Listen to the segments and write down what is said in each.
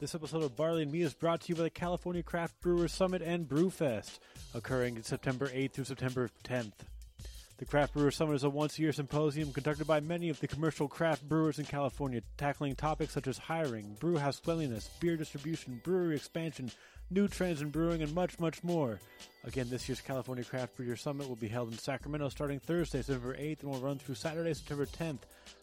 This episode of Barley and Me is brought to you by the California Craft Brewers Summit and Brewfest, occurring September 8th through September 10th. The Craft Brewer Summit is a once a year symposium conducted by many of the commercial craft brewers in California, tackling topics such as hiring, brewhouse cleanliness, beer distribution, brewery expansion, new trends in brewing, and much, much more. Again, this year's California Craft Brewer Summit will be held in Sacramento starting Thursday, September 8th, and will run through Saturday, September 10th.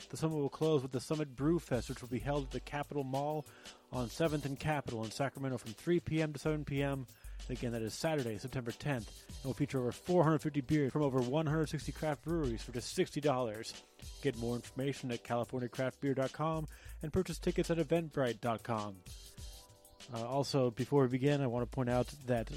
The summit will close with the Summit Brew Fest, which will be held at the Capitol Mall on 7th and Capitol in Sacramento from 3 p.m. to 7 p.m. Again, that is Saturday, September 10th, and will feature over 450 beers from over 160 craft breweries for just $60. Get more information at californiacraftbeer.com and purchase tickets at eventbrite.com. Uh, also, before we begin, I want to point out that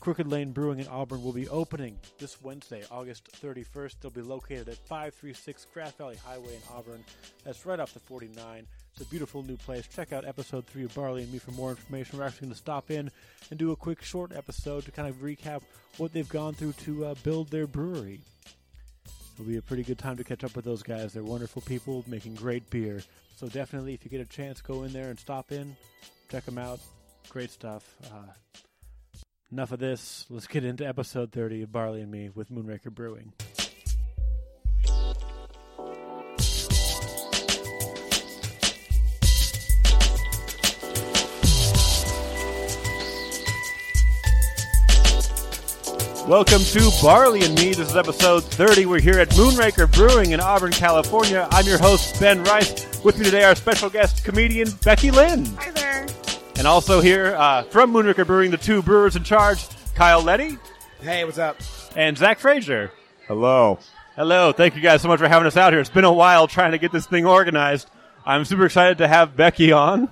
Crooked Lane Brewing in Auburn will be opening this Wednesday, August 31st. They'll be located at 536 Grass Valley Highway in Auburn. That's right off the 49. It's a beautiful new place. Check out episode 3 of Barley and Me for more information. We're actually going to stop in and do a quick short episode to kind of recap what they've gone through to uh, build their brewery. It'll be a pretty good time to catch up with those guys. They're wonderful people making great beer. So definitely, if you get a chance, go in there and stop in. Check them out. Great stuff. Uh, enough of this. Let's get into episode 30 of Barley and Me with Moonraker Brewing. Welcome to Barley and Me. This is episode 30. We're here at Moonraker Brewing in Auburn, California. I'm your host, Ben Rice. With me today, our special guest, comedian Becky Lynn. Hi there. And also here uh, from Moonraker Brewing, the two brewers in charge, Kyle Letty Hey, what's up? and Zach Frazier. Hello. Hello, thank you guys so much for having us out here. It's been a while trying to get this thing organized. I'm super excited to have Becky on.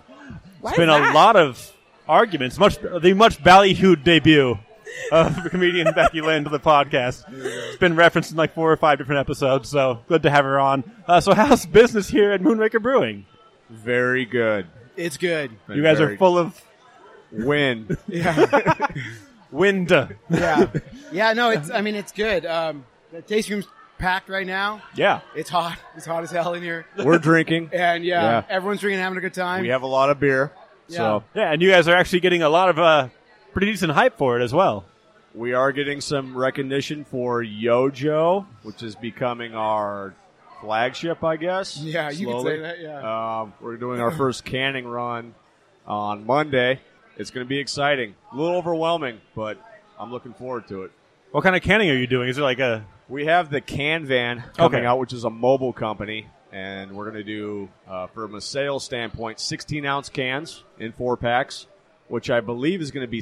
Why It's been is a that? lot of arguments, much the much ballyhooed debut of comedian Becky Lynn to the podcast. It's been referenced in like four or five different episodes, so good to have her on. Uh, so, how's business here at Moonraker Brewing? Very good. It's good. You guys are Very- full of Win. Yeah, wind. yeah, yeah. No, it's. I mean, it's good. Um, the tasting room's packed right now. Yeah, It's hot. It's hot as hell in here. We're drinking. And yeah, Yeah. everyone's drinking, having a good time. We have a lot of beer. So yeah, and you guys are actually getting a lot of uh, pretty decent hype for it as well. we are getting some recognition for Yojo, which is becoming our flagship, I guess. Yeah, you could slowly. say that, yeah. Um, we're doing our first canning run on Monday. It's going to be exciting. A little overwhelming, but I'm looking forward to it. What kind of canning are you doing? Is it like a We have the Can Van coming Okay. out, which is a mobile company, and we're going to do, uh, from a sales standpoint, 16 ounce cans in four packs, which I believe is going to be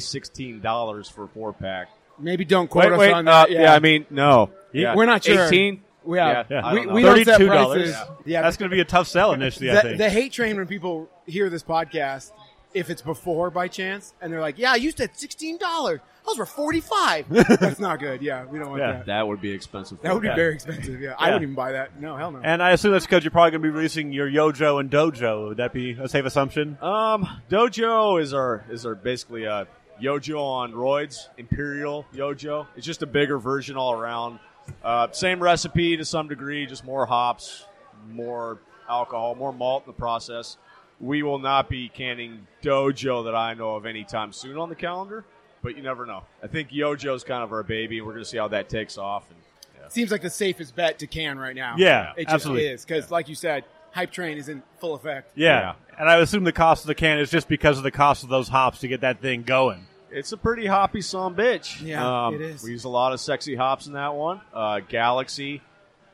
$16 for four pack. Maybe don't quote us on uh, that. yeah. I mean, no, yeah. We're not sure. 18. We have- Yeah, I we- don't know. we don't set Thirty-two prices. dollars. Yeah. that's going to be a tough sell initially. I the, think. the hate train when people hear this podcast, if it's before by chance, and they're like, "Yeah, I used to at sixteen dollars. Those were forty-five. That's not good. Yeah, we don't want Yeah. that. That would be expensive. That would be Yeah. very expensive. Yeah, I Yeah. wouldn't even buy that. No, hell no. and I assume that's because you're probably going to be releasing your Yojo and Dojo. Would that be a safe assumption? Um, Dojo is our is our basically a Yojo on roids, Imperial Yojo. It's just a bigger version all around. Uh, same recipe to some degree, just more hops, more alcohol, more malt in the process. We will not be canning Dojo that I know of anytime soon on the calendar, but you never know. I think Yojo's kind of our baby, and we're going to see how that takes off. And Seems like the safest bet to can right now. Yeah, it just absolutely. is because, like you said, hype train is in full effect. Yeah. And I assume the cost of the can is just because of the cost of those hops to get that thing going. It's a pretty hoppy song, bitch. Um, Yeah, it is. We use a lot of sexy hops in that one. Uh, Galaxy,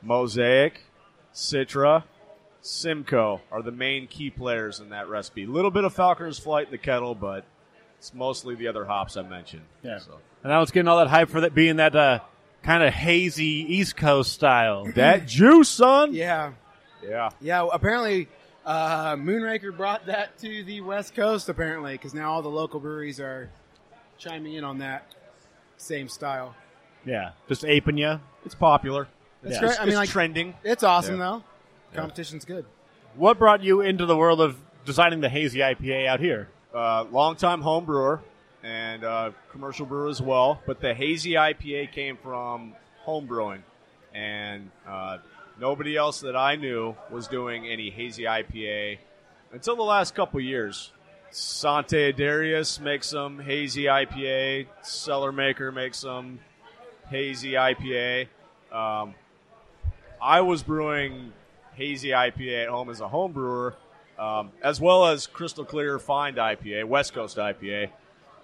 Mosaic, Citra, Simcoe are the main key players in that recipe. A little bit of Falconer's Flight in the kettle, but it's mostly the other hops I mentioned. Yeah. So. And I was getting all that hype for that being that uh, kind of hazy East Coast style. That juice, son. Yeah, Yeah. yeah. well, Apparently, uh, Moonraker brought that to the West Coast. Apparently, because now all the local breweries are chiming in on that same style. yeah. Just aping you. It's popular. That's Yeah. great. It's, I mean, it's like trending. it's awesome Yeah. though. Competition's good. What brought you into the world of designing the hazy IPA out here? uh, longtime home brewer and uh, commercial brewer as well. But the hazy IPA came from home brewing, and uh, nobody else that I knew was doing any hazy IPA until the last couple years. Sante Darius makes some hazy IPA. Cellar Maker makes some hazy IPA. Um, I was brewing hazy IPA at home as a home brewer, um, as well as crystal clear find IPA, West Coast IPA,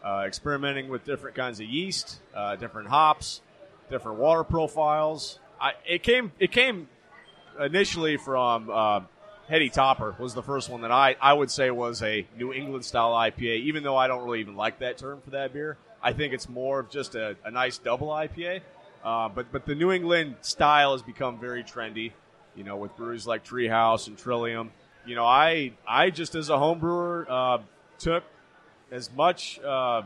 uh, experimenting with different kinds of yeast, uh, different hops, different water profiles. I, it came it came initially from uh, Hetty Topper was the first one that I I would say was a New England style IPA, even though I don't really even like that term for that beer. I think it's more of just a, a nice double IPA. Uh, but but the New England style has become very trendy, you know, with breweries like Treehouse and Trillium. You know, I I just as a home brewer uh, took as much uh,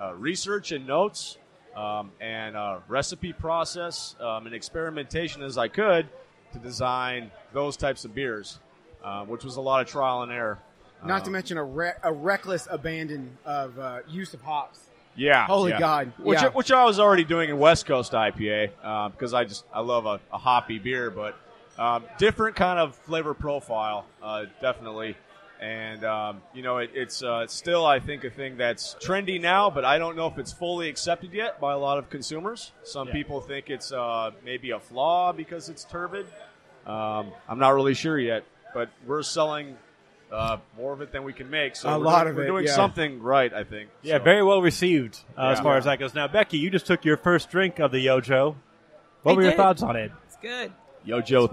uh, research and notes um, and uh, recipe process um, and experimentation as I could to design those types of beers, uh, which was a lot of trial and error. Not Uh, to mention a, re- a reckless abandon of uh, use of hops. Yeah. Holy yeah. God, Which, yeah. which I was already doing in West Coast IPA uh, because I just I love a, a hoppy beer, but um, different kind of flavor profile, uh, definitely. And um, you know, it, it's uh, still I think a thing that's trendy now, but I don't know if it's fully accepted yet by a lot of consumers. Some people think it's uh, maybe a flaw because it's turbid. Um, I'm not really sure yet, but we're selling. Uh, more of it than we can make, so A we're lot doing, of we're it, doing yeah. something right. I think. Yeah, so. very well received uh, as Yeah. far as that goes. Now, Becky, you just took your first drink of the Yojo. What I were your did. thoughts on it? It's good. Yojo 33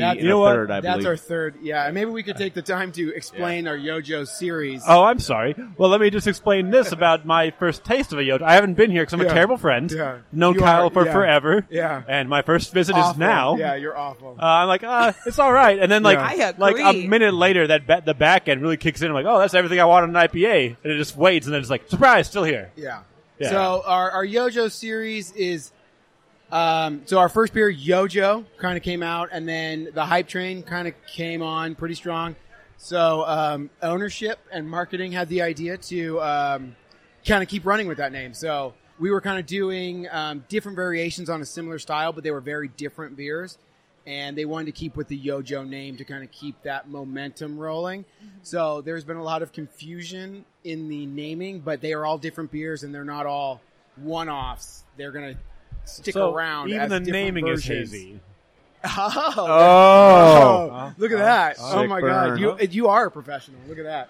That's- and you know a what? third, I That's believe. our third. Yeah, and maybe we could take the time to explain our YoJo series. Uh, Oh, I'm sorry. Well, let me just explain this about my first taste of a Yojo. I haven't been here because I'm a Yeah. terrible friend. Yeah. Known You Kyle are- for yeah. forever. Yeah. And my first visit Awful. is now. Yeah, you're awful. Uh, I'm like, ah, it's all right. And then like, Yeah. I like a agree. minute later, that ba- the back end really kicks in. I'm like, oh, that's everything I want in an IPA, and it just waits, and then it's like, surprise, still here. yeah. Yeah. So our our YoJo series is. Um, so our first beer, YoJo, kind of came out, and then the hype train kind of came on pretty strong. So um, ownership and marketing had the idea to um, kind of keep running with that name. So we were kind of doing um, different variations on a similar style, but they were very different beers. And they wanted to keep with the Yojo name to kind of keep that momentum rolling. So there's been a lot of confusion in the naming, but they are all different beers and they're not all one offs. They're going to stick So around. even as the different naming is versions. hazy. Oh, Oh. oh, look at that. oh Sick my burn. God. You, you are a professional. Look at that.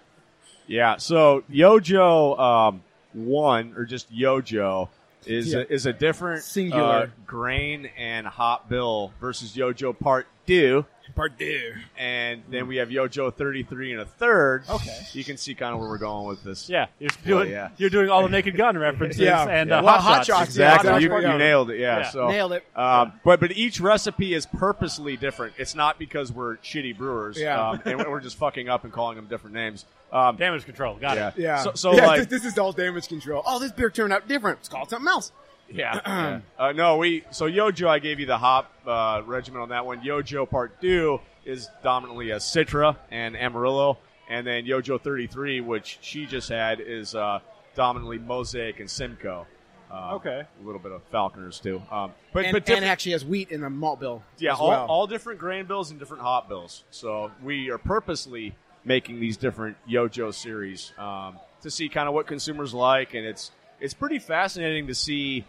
Yeah. So Yojo um, one or just Yojo is Yeah. a, is a different Singular. uh, grain and hop bill versus Yojo Part Two. Pardieu. And then we have Yojo 33 and a third. Okay. You can see kind of where we're going with this. Yeah, you're doing, yeah. you're doing all the Naked Gun references Yeah. and Yeah. Uh, Well, hot, Hot shots. Shots, Exactly. Yeah, you, that's you right. nailed it. Yeah. Yeah. So Nailed it. Um, but but each recipe is purposely different. It's not because we're shitty brewers. Yeah. Um, and we're just fucking up and calling them different names. Um, Damage control. Got yeah. it. Yeah. So, so Yeah, like th- this is all damage control. Oh, this beer turned out different. Let's call it something else. Yeah. Uh, no, we so Yojo. I gave you the hop uh, regimen on that one. Yojo Part Two is dominantly a Citra and Amarillo, and then Yojo 33, which she just had, is uh, dominantly Mosaic and Simcoe. Uh, Okay. A little bit of Falconers too. Um, but And, but and different, actually has wheat in the malt bill. yeah, as all, well. all different grain bills and different hop bills. So we are purposely making these different Yojo series um, to see kind of what consumers like, and it's it's pretty fascinating to see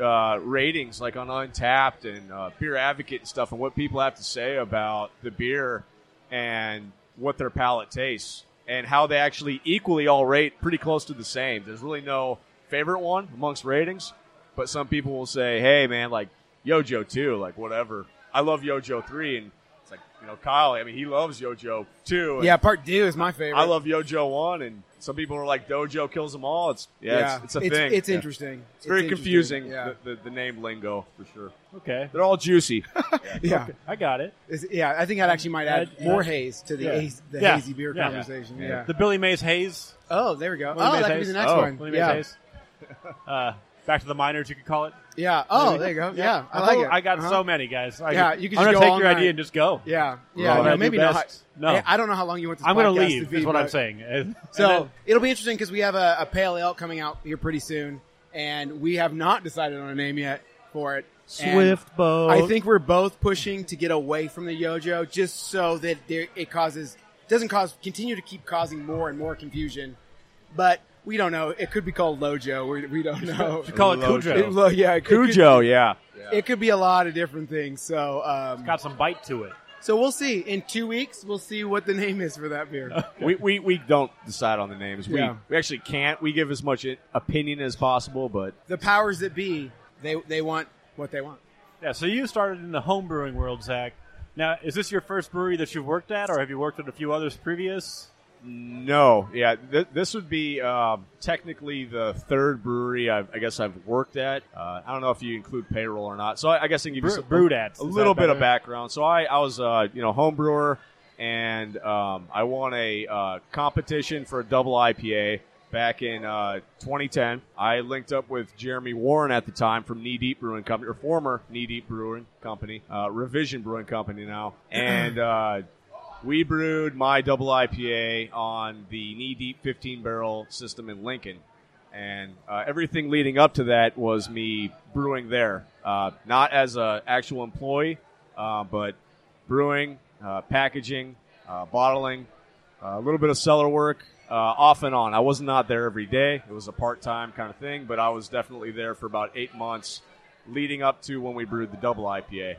uh, ratings, like on Untapped and uh, Beer Advocate and stuff, and what people have to say about the beer and what their palate tastes and how they actually equally all rate pretty close to the same. There's really no favorite one amongst ratings, but some people will say, "Hey, man, like Yojo two, like whatever. I love Yojo three, and it's like you know, Kyle. I mean, he loves Yojo two. and Yeah, part two is my favorite. I love Yojo one, and some people are like Dojo kills them all. It's yeah, It's, it's a thing. It's Yeah. interesting. It's very interesting. confusing. Yeah, The, the, the name lingo for sure. Okay, They're all juicy. yeah. I got it. It's- yeah. I think that actually might add Add- more add- haze to the yeah. haze, the Yeah. hazy beer Yeah. conversation. Yeah. The Billy Mays haze. Oh, there we go. Willie oh, Mays that could be haze. the next Oh. one. Willie Mays yeah. haze. Uh, back to the minors, you could call it. Yeah. Oh, there you go. Yeah, I like Oh, it. I got Uh-huh. so many guys. I, Yeah, you could I'm gonna just go take all your night. idea and just go. Yeah, Right. yeah, Gotta no, do maybe not. best. No. I- I don't know how long you want this. I'm going podcast to leave. To be, That's what but- I'm saying. So And then- it'll be interesting because we have a, a pale ale coming out here pretty soon, and we have not decided on a name yet for it. And Swift boat. I think we're both pushing to get away from the yojo, just so that there, it causes doesn't cause continue to keep causing more and more confusion. But we don't know. It could be called lojo. We, we don't know. You call it Lojo. Cujo. It- lo- yeah, it could- Cujo, yeah. It could be a lot of different things. So, um, got some bite to it. so we'll see. In two weeks, we'll see what the name is for that beer. We, we we don't decide on the names. We Yeah. we actually can't. We give as much i- opinion as possible, but the powers that be, they they want what they want. Yeah. So you started in the home brewing world, Zach. Now, is this your first brewery that you've worked at, or have you worked at a few others previous? no, yeah. Th- this would be um, technically the third brewery I've, I guess I've worked at. Uh, I don't know if you include payroll or not. So I, I guess I can give Brew- you some, brewed at. a Is little that bit of better? background. So I I was uh, you know home brewer, and um, I won a uh, competition for a double IPA back in uh, 2010. I linked up with Jeremy Warren at the time from Knee Deep Brewing Company, or former Knee Deep Brewing Company, uh, Revision Brewing Company now, and. Uh, we brewed my double IPA on the knee deep 15 barrel system in Lincoln. And uh, everything leading up to that was me brewing there, uh, not as an actual employee, uh, but brewing, uh, packaging, uh, bottling, uh, a little bit of cellar work, uh, off and on. I was not there every day; it was a part time kind of thing, but I was definitely there for about eight months, leading up to when we brewed the double IPA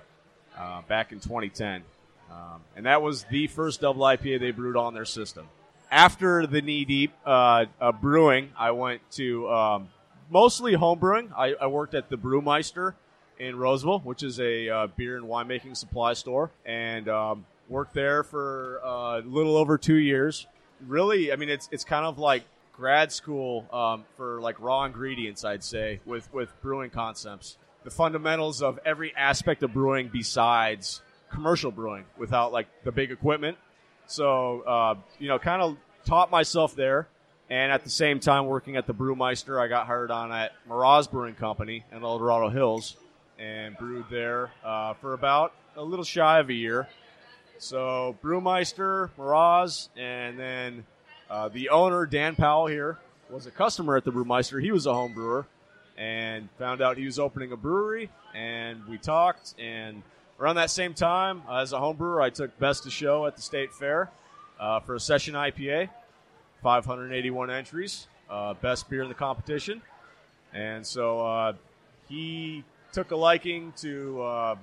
uh, back in 2010. Um, and that was the first double IPA they brewed on their system. After the knee deep uh, uh, brewing, I went to um, mostly home brewing. I, I worked at the Brewmeister in Roseville, which is a uh, beer and winemaking supply store, and um, worked there for uh, a little over two years. Really, I mean, it's it's kind of like grad school um, for like raw ingredients, I'd say, with with brewing concepts the fundamentals of every aspect of brewing besides commercial brewing without like the big equipment. So, uh, you know, kind of taught myself there. And at the same time, working at the Brewmeister, I got hired on at Miraz Brewing Company in El Dorado Hills and brewed there uh, for about a little shy of a year. So Brewmeister, Miraz, and then uh, the owner Dan Powell here was a customer at the Brewmeister. He was a home brewer, and found out he was opening a brewery, and we talked. And around that same time, uh, as a home brewer, I took Best of Show at the State Fair uh, for a session IPA, 581 entries, uh, best beer in the competition. And so uh, he took a liking to, uh,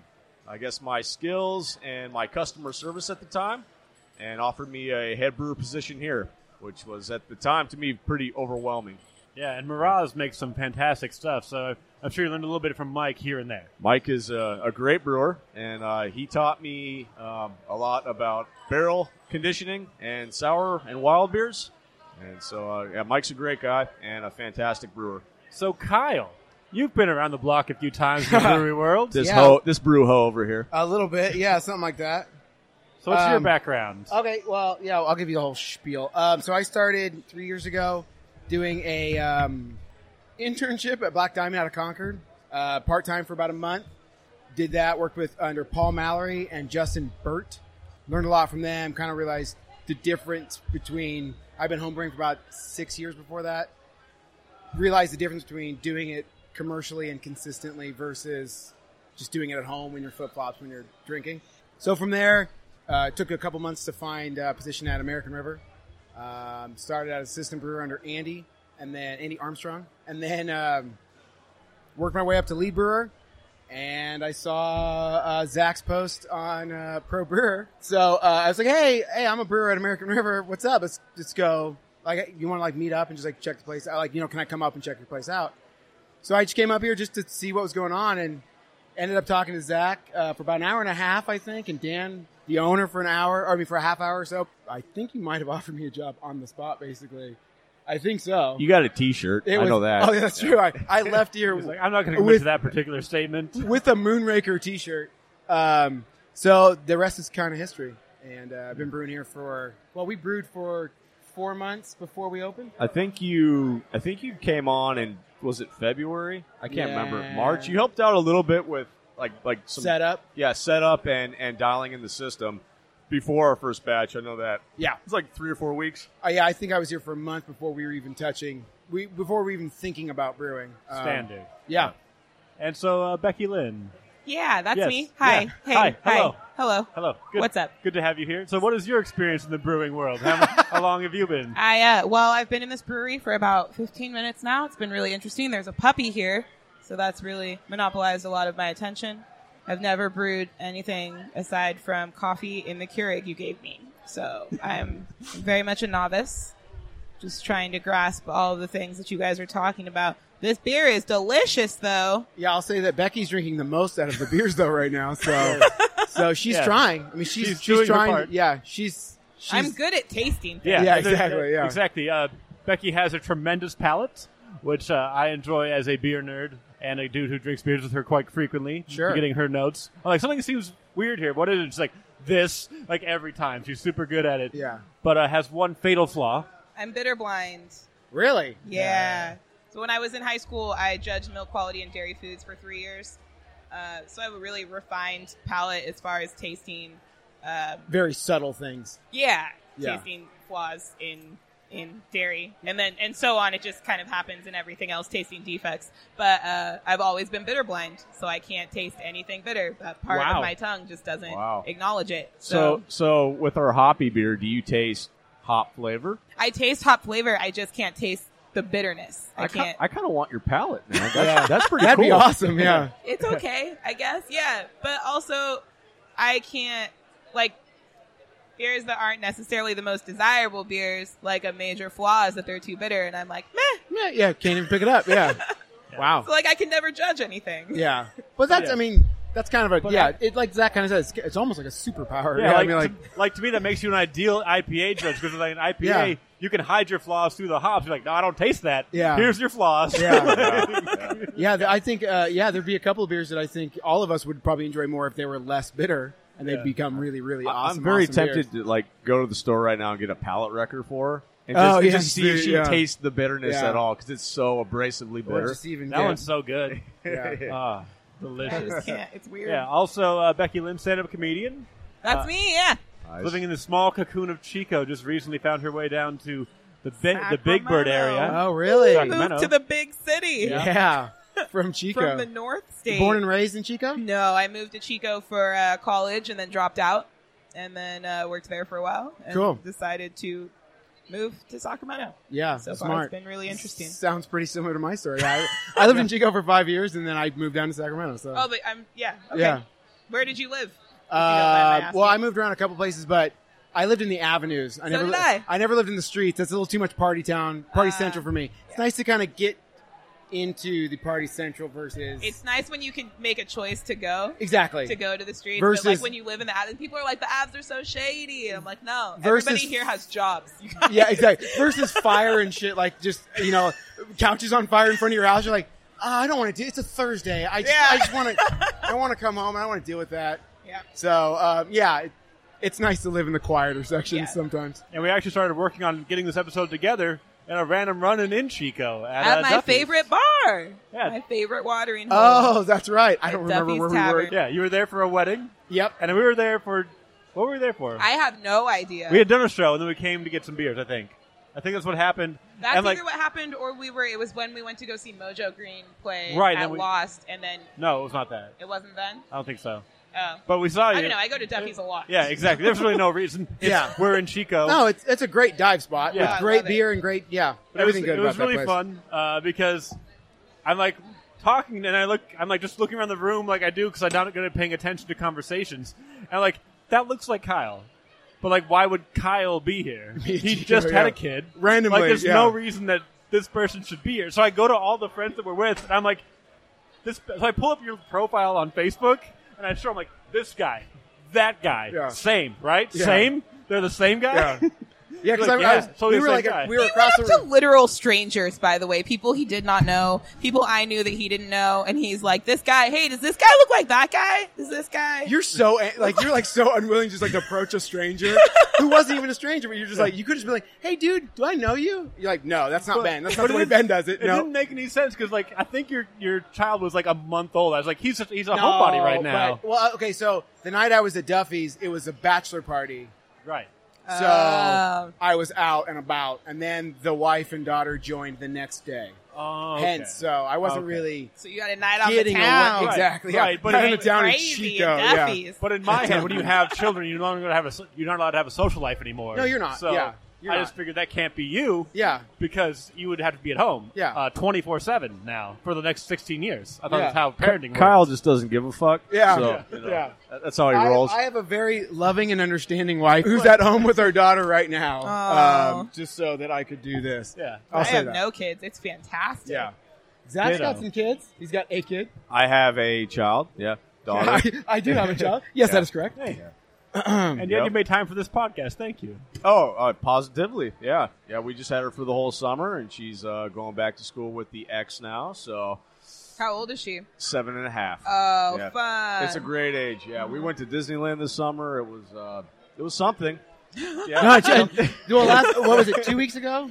I guess, my skills and my customer service at the time and offered me a head brewer position here, which was at the time to me pretty overwhelming. Yeah, and Miraz makes some fantastic stuff. So I'm sure you learned a little bit from Mike here and there. Mike is a, a great brewer, and uh, he taught me um, a lot about barrel conditioning and sour and wild beers. And so, uh, yeah, Mike's a great guy and a fantastic brewer. So Kyle, you've been around the block a few times in the brewery world. This Yeah. ho, this brew ho over here. A little bit, yeah, something like that. So what's your Um, background? Okay, well, yeah, I'll give you the whole spiel. Um, so I started three years ago doing a um, internship at Black Diamond out of Concord, uh, part time for about a month. Did that, worked with under Paul Mallory and Justin Burt. Learned a lot from them. Kind of realized the difference between I've been homebrewing for about six years before that. Realized the difference between doing it commercially and consistently versus just doing it at home when you're flip flops when you're drinking. So from there, uh, it took a couple months to find a position at American River. Um, started out as assistant brewer under Andy, and then Andy Armstrong, and then um, worked my way up to lead brewer, and I saw uh, Zach's post on uh, Pro Brewer. So uh, I was like, "Hey, hey, I'm a brewer at American River. What's up? Let's let's go. Like, you want to like meet up and just like check the place out? Like, you know, can I come up and check your place out?" So I just came up here just to see what was going on, and ended up talking to Zach uh, for about an hour and a half, I think, and Dan, the owner, for an hour, or I mean, for a half hour or so. I think you might have offered me a job on the spot, basically. I think so. You got a T-shirt. It I was- know that. Oh, yeah, that's true. I, I left here He's like, I'm not going to commit With- Um, to that particular statement. with a Moonraker T-shirt. Um, so the rest is kind of history. And uh, I've been brewing here for well, we brewed for four months before we opened. I think you. I think you came on in was it February? I can't remember. Yeah. March. You helped out a little bit with like like some Set up. Yeah, setup and and dialing in the system before our first batch. I know that. Yeah. It's like three or four weeks. Uh, yeah, I think I was here for a month before we were even touching. We before we were even thinking about brewing. Um, Standard. Yeah. And so uh, Becky Lynn, Yeah, that's Yes, me. Hi. yeah. Hey. Hi, hello. Hello. hello. Good, What's up? Good to have you here. So, what is your experience in the brewing world? How, how long have you been? I uh, well, I've been in this brewery for about 15 minutes now. It's been really interesting. There's a puppy here, so that's really monopolized a lot of my attention. I've never brewed anything aside from coffee in the Keurig you gave me, so I'm very much a novice. Just trying to grasp all of the things that you guys are talking about. This beer is delicious, though. Yeah, I'll say that Becky's drinking the most out of the beers though right now. So so she's Yeah. trying. I mean, she's She's she's, doing her trying. part. Yeah, she's. she's I'm good at tasting. Yeah, Yeah, and there- exactly, yeah. exactly. Uh, Becky has a tremendous palate, which uh, I enjoy as a beer nerd and a dude who drinks beers with her quite frequently. Sure. getting her notes. I'm like something seems weird here. What is it? It's like this, like every time. She's super good at it. Yeah. but uh, has one fatal flaw. I'm bitter blind. Really? Yeah. So when I was in high school, I judged milk quality and dairy foods for three years. Uh, so I have a really refined palate as far as tasting. Um, Very subtle things. yeah, Yeah. tasting flaws in in dairy, and then and so on. It just kind of happens in everything else, tasting defects. But uh, I've always been bitter blind, so I can't taste anything bitter. That part Wow. of my tongue just doesn't Wow. acknowledge it. So so with our hoppy beer, do you taste hop flavor? I taste hop flavor. I just can't taste the bitterness. I, ki- can't. I kind of want your palate, man. That's, that's pretty That'd cool. be awesome. Yeah. it's okay, I guess. Yeah, but also, I can't like beers that aren't necessarily the most desirable beers. Like a major flaw is that they're too bitter, and I'm like, meh. Yeah, yeah, can't even pick it up. Yeah. Wow. So like, I can never judge anything. Yeah. But that's, Yeah. I mean, that's kind of a, But yeah, I- it, like Zach kind of says, it's, it's almost like a superpower. Yeah, like, I mean, like, to, like to me, that makes you an ideal IPA judge because like an IPA, Yeah. you can hide your flaws through the hops. You're like, no, I don't taste that. Yeah. here's your flaws. yeah. Yeah, yeah. Yeah, th- I think, uh, yeah, there'd be a couple of beers that I think all of us would probably enjoy more if they were less bitter and they'd become really, really awesome. I'm very awesome tempted to beers. like go to the store right now and get a palate wrecker for her and Oh, just, and yeah, just see if see, she yeah. tastes the bitterness Yeah. at all because it's so abrasively Or bitter. just even that get- one's so good. yeah. Ah, I delicious. just can't. It's weird. Yeah. Also, uh, Becky Lynn, stand-up comedian, That's me. Yeah. Nice. living in the small cocoon of Chico, just recently found her way down to the bi- the Big Bird Sacramento. area. Oh, really? Sorry. Moved Sacramento. to the big city Yeah. From Chico. from the North State. Born and raised in Chico? no, I moved to Chico for uh, college and then dropped out, and then uh, worked there for a while. And Cool. Decided to move to Sacramento. Yeah. So far, smart. it's been really interesting. Sounds pretty similar to my story. I, I lived in Chico for five years and then I moved down to Sacramento. So, Oh, but I'm yeah. Okay. yeah. Where did you live? If you don't mind my Uh, asking. well, I moved around a couple places, but I lived in the avenues. I So never did li- I. never lived in the streets. That's a little too much party town, party Uh, central for me. It's nice to kind of get into the party central versus It's nice when you can make a choice to go exactly to go to the streets. Versus- but like when you live in the abs, people are like the abs are so shady. And I'm like, no. Versus- Everybody here has jobs. You guys- yeah, exactly versus fire and shit. Like just you know, couches on fire in front of your house. You're like, "Ah, I don't want to do. It's a Thursday. I just, Yeah. I just want to. I want to come home. I don't want to deal with that. Yeah. So um, yeah, it, it's nice to live in the quieter sections Yeah. sometimes. And we actually started working on getting this episode together in a random run-in in Chico at, At uh, my Duffy's. favorite bar. Yeah. My favorite watering hole. Oh, that's right. I don't At remember where Duffy's we were. Tavern. Yeah, you were there for a wedding, Yep. and we were there for what were we there for? I have no idea. we had done a show, and then we came to get some beers. I think. I think that's what happened. That's and like, either what happened or we were it was when we went to go see Mojo Green play Right, at then we- Lost and then no, it was not that. it wasn't then. I don't think so. Oh. But we saw you. I don't know, I go to Duffy's a lot. Yeah, exactly. There's really no reason. It's- Yeah. we're in Chico. No, it's it's a great dive spot Oh. Yeah. with I great love it. beer and great yeah But everything it was, It good about was really that place. fun uh, because I'm like talking, and I look, I'm like just looking around the room like I do because I'm not good at paying attention to conversations. And like that looks like Kyle, but like why would Kyle be here? He just had Yeah. a kid Randomly, Like there's yeah. no reason that this person should be here. So I go to all the friends that we're with, and I'm like, this. So I pull up your profile on Facebook, and I show them like this guy, that guy, Yeah. same, right? Yeah. Same. They're the same guy. Yeah. Yeah, because Like, I, I yeah, was, totally we the were same like guy. we were He across the went to literal strangers, by the way, people he did not know, people I knew that he didn't know, and he's like, "This guy, hey, does this guy look like that guy? Does this guy?" You're so eh, like you're like so unwilling to just like approach a stranger who wasn't even a stranger, but you're just like you could just be like, "Hey, dude, do I know you?" You're like, "No, that's not Ben. That's not but the it way didn't- Ben does it." It no, didn't make any sense because, like, I think your your child was like a month old. I was like, he's a, he's a No, homebody right now, but- well, uh, okay, so the night I was at Duffy's, it was a bachelor party, right? so uh, Oh. I was out and about, and then the wife and daughter joined the next day. Oh, Hence, uh, so I wasn't Okay. really so you got a night on the getting town, away exactly. Right, yeah. but Having it- it down in crazy Chico, and yeah. Duffy's. But in my head, when you have children, you're not allowed to have a so- you're not allowed to have a social life anymore. No, you're not. So Yeah, you're I not. just figured that can't be you. Yeah. because you would have to be at home. Yeah. twenty four seven now for the next sixteen years. I thought Yeah. that's how parenting. Kyle just doesn't give a fuck. Yeah. so, Yeah. you know, Yeah. that- that's how he I, rolls. I have a very loving and understanding wife who's at home with her daughter right now, Oh. um, just so that I could do this. Yeah. I'll I say have that. no kids. It's fantastic. Yeah, Zach's Ditto. got some kids. He's got a kid. I have a child. Yeah, daughter. I, I do have a child. Yes, Yeah. that is correct. Hey. and yet Yep. you made time for this podcast. Thank you. Oh, uh, positively, yeah, yeah. We just had her for the whole summer, and she's uh, going back to school with the ex now. So How old is she? seven and a half. Oh, Yeah. fun. it's a great age. Yeah, we went to Disneyland this summer. It was uh, it was something. Yeah. No, it's- well, last, what was it? Two weeks ago.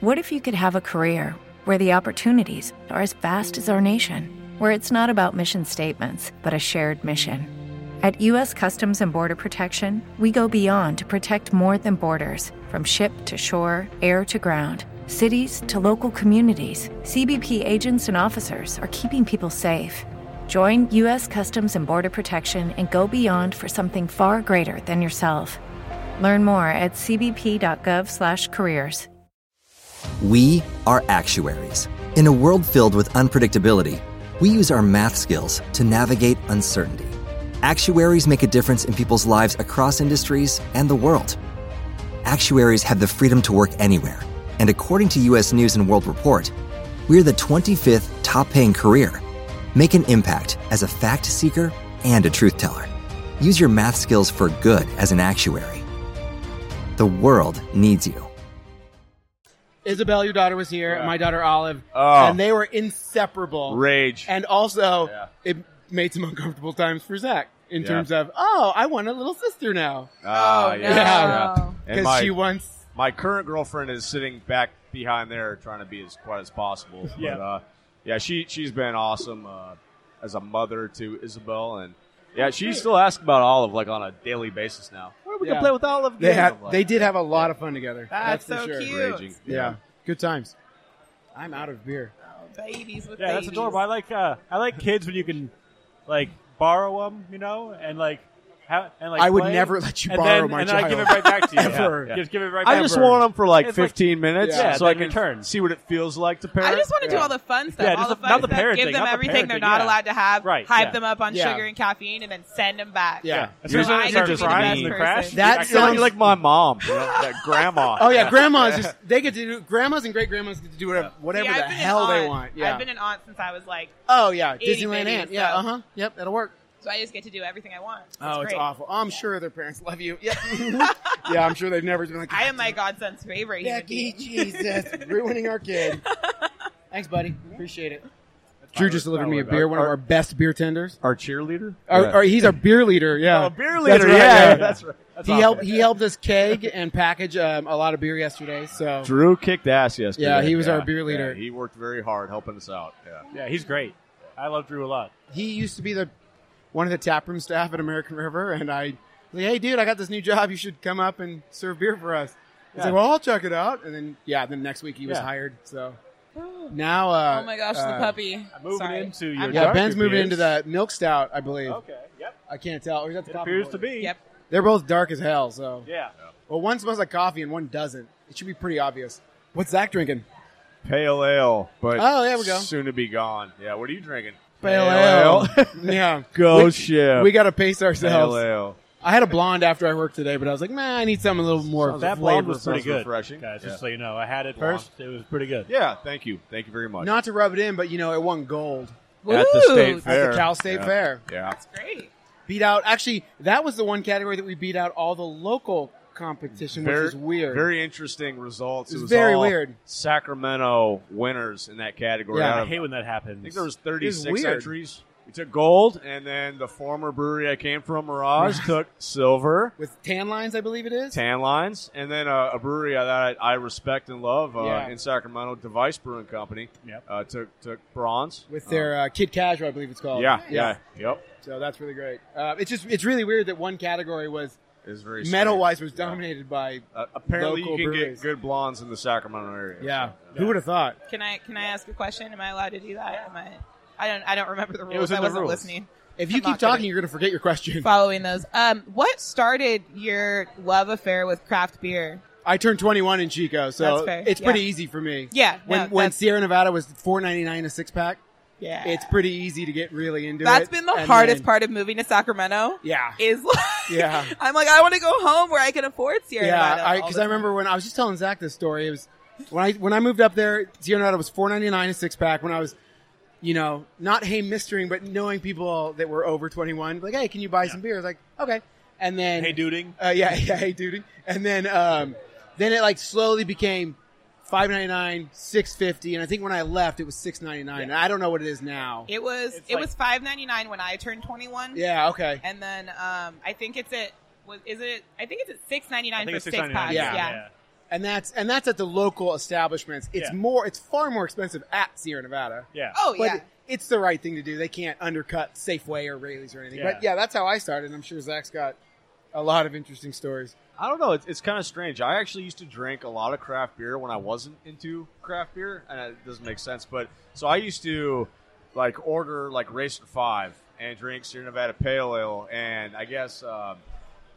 What if you could have a career where the opportunities are as vast as our nation, where it's not about mission statements, but a shared mission? At U.S. Customs and Border Protection, we go beyond to protect more than borders from ship to shore, air to ground. Cities to local communities, CBP agents and officers are keeping people safe. Join U.S. Customs and Border Protection and go beyond for something far greater than yourself. Learn more at cbp.gov/careers. We are actuaries. In a world filled with unpredictability, we use our math skills to navigate uncertainty. Actuaries make a difference in people's lives across industries and the world. Actuaries have the freedom to work anywhere, and according to US News and World Report, we're the 25th top-paying career. Make an impact as a fact seeker and a truth teller. Use your math skills for good as an actuary. The world needs you. Isabel, your daughter was here. My daughter Olive, Oh. and they were inseparable. Rage. And also, Yeah. it made some uncomfortable times for Zach in Yeah. terms of, oh, I want a little sister now Ah, Oh, yeah, no. yeah. And because my, she wants. my current girlfriend is sitting back behind there trying to be as quiet as possible. Yeah. But, uh, yeah, she, she's been awesome uh, as a mother to Isabel. And yeah, she still asks about Olive like on a daily basis now. Where we Yeah. can play with Olive? They again?" had, I'm like, they did have a lot of fun together. That's, for so sure. cute. Raging. Yeah. good times. I'm out of beer. Oh, babies with Yeah, babies. that's adorable. I like uh, I like kids when you can like borrow them, you know, and like have, and like I would play. never let you and borrow then, my and then child. I give it right back to you. Ever. Just give it right back. I just Ever. want them for like It's like- 15 minutes Yeah, so I then can return. see what it feels like to parent. I just want to do all the fun stuff. Yeah, all just the the- fun not the stuff. parent Give thing, them not the everything parenting, they're not yeah. allowed to have. Right, Hype yeah. them up on Yeah. sugar and caffeine, and then send them back. Yeah. As soon as So I I get start to be the crying in best the person. crash, That I You're like, sounds- can- you're like my mom, you know, that grandma. Oh yeah, grandmas just they get to do grandmas and great grandmas get to do whatever, See, whatever I've the been an hell they aunt. want. Yeah. I've been an aunt since I was like, oh yeah, 80 Disneyland babies, Aunt. Yeah. so- Uh huh. Yep. That'll work. so I just get to do everything I want. It's oh, it's great. awful. I'm sure their parents love you. Yep. yeah, I'm sure they've never been like. I am my godson's favorite. human Becky, being. Jesus, ruining our kid. Thanks, buddy. Appreciate it. Drew fine. just delivered Don't me a worry about beer, it. one of Our- our best beer tenders. Our cheerleader? Our, Yeah. our- he's our beer leader. Yeah. Oh, beer That's leader, right, yeah, that's right. That's he awesome. helped. He helped us keg and package um, a lot of beer yesterday. So Drew kicked ass yesterday. Yeah, he was our beer leader. Yeah, he worked very hard helping us out. Yeah. yeah, he's great. I love Drew a lot. he used to be the one of the taproom staff at American River, and I was like, hey, dude, I got this new job. You should come up and serve beer for us. He's Yeah. like, well, I'll check it out, and then yeah, then next week he was Yeah. hired. So now, uh, Oh my gosh, uh, the puppy. I'm moving Sorry. into I'm- your Yeah, darker Ben's moving beers. into the milk stout, I believe. Okay. Yep. I can't tell. Or is that the Oh. It coffee appears to porter? be. Yep. They're both dark as hell. So, Yeah. well, one smells like coffee and one doesn't. It should be pretty obvious. What's Zach drinking? pale ale, but Oh, there we go. Soon to be gone. Yeah, what are you drinking? yeah. Go we, ship. We got to pace pale ourselves. ale. I had a blonde after I worked today, but I was like, man, I need something a little more. Sounds That flavor blonde was pretty sounds good, refreshing. guys. Yeah. Just so you know, I had it Blonde. first. It was pretty good. Yeah, thank you, thank you very much. Not to rub it in, but you know, it won gold at the Ooh, state fair, at the Cal State yeah. Fair. Yeah, That's great. Beat out. Actually, that was the one category that we beat out all the local competition, very which is weird. Very interesting results. It It was was very all weird. Sacramento winners in that category. Yeah, out I of- hate when that happens. I think there was It was 36 weird. entries. We took gold, and then the former brewery I came from, Mirage, took silver, With tan lines, I believe it is. tan lines, and then uh, a brewery that I, I respect and love uh, Yeah. in Sacramento, Device Brewing Company, Yep. uh, took took bronze. With their uh, Kid Casual, I believe it's Uh, called. yeah, yeah, yep. So that's really great. Uh, it's just it's really weird that one category was It was very metal strange. wise was Yeah. dominated by Uh, apparently, Local you can breweries. get good blondes in the Sacramento area. yeah. Who would have thought? Can I can I ask a question? Am I allowed to do that? Am I? I don't I don't remember the rules. was in I the wasn't rules. listening. If you I'm keep not gonna- talking, you're going to forget your question. Following those, um, what started your love affair with craft beer? I turned 21 in Chico, so That's fair. it's pretty Yeah. easy for me. Yeah, When, no, when that's- Sierra Nevada was 4.99 a six pack, Yeah, it's pretty easy to get really into That's it. been the And hardest then- part of moving to Sacramento. Yeah. Is like, Yeah. I'm like, I want to go home where I can afford Sierra Nevada. yeah, all because the I time. remember when I was just telling Zach this story. It was when I when I moved up there, Sierra Nevada was four ninety nine a six pack. When I was, you know, not hey mistering, but knowing people that were over twenty one, like hey, can you buy some beer? I was like, okay, and then Hey, duding. uh, yeah, yeah, hey dude, and then um, then it like slowly became. Five ninety nine, six fifty, and I think when I left, it was six ninety nine. And I don't know what it is now. it was It's it like- was 5.99 when I turned 21. yeah, okay. And then um, I think it's at was is it I think it's at 6.99 I think for it's six 6.99. packs. Yeah. yeah. And that's and that's at the local establishments. It's Yeah. more, it's far more expensive at Sierra Nevada. yeah. Oh but yeah. it's the right thing to do. They can't undercut Safeway or Rayleigh's or anything. But Yeah. yeah, that's how I started. and I'm sure Zach's got a lot of interesting stories. I don't know. It's, it's kind of strange. I actually used to drink a lot of craft beer when I wasn't into craft beer, and it doesn't make sense. But so I used to like order like Racer Five and drink Sierra Nevada Pale Ale, and I guess um,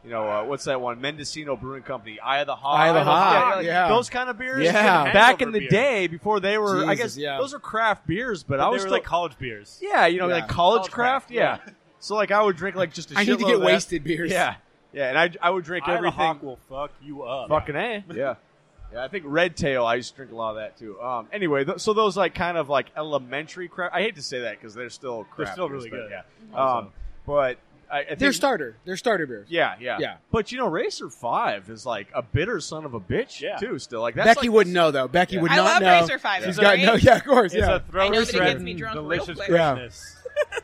you know uh, what's that one? Mendocino Brewing Company, Eye of the Hawk, Eye of the Hawk, like yeah. those kind of beers. Yeah. back in Hangover the beer. day before they were, I guess Jesus, yeah. those are craft beers, but, I they were was still, like college beers. yeah, you know, Yeah. like college, College craft, craft, yeah. So like I would drink like just a I need to shitload get of that. wasted beers. Yeah, yeah, and I I would drink Eye of the everything. Hawk will fuck you up. Fucking A. Yeah. Yeah, I think Red Tail. I used to drink a lot of that too. Um, anyway, th- so those like kind of like elementary crap. I hate to say that because they're still crap. still beers, really but, good. Yeah. Um, but I, I think, They're starter. They're starter beers. Yeah, yeah, Yeah. But you know, Racer Five is like a bitter son of a bitch Yeah. too. Still, like that's Becky like, wouldn't know though. Becky would I not love know. Racer Five. She's It's got great. no. Yeah, of course. It's yeah, a throw I know that it thread gets me and drunk real delicious quick. Yeah. freshness.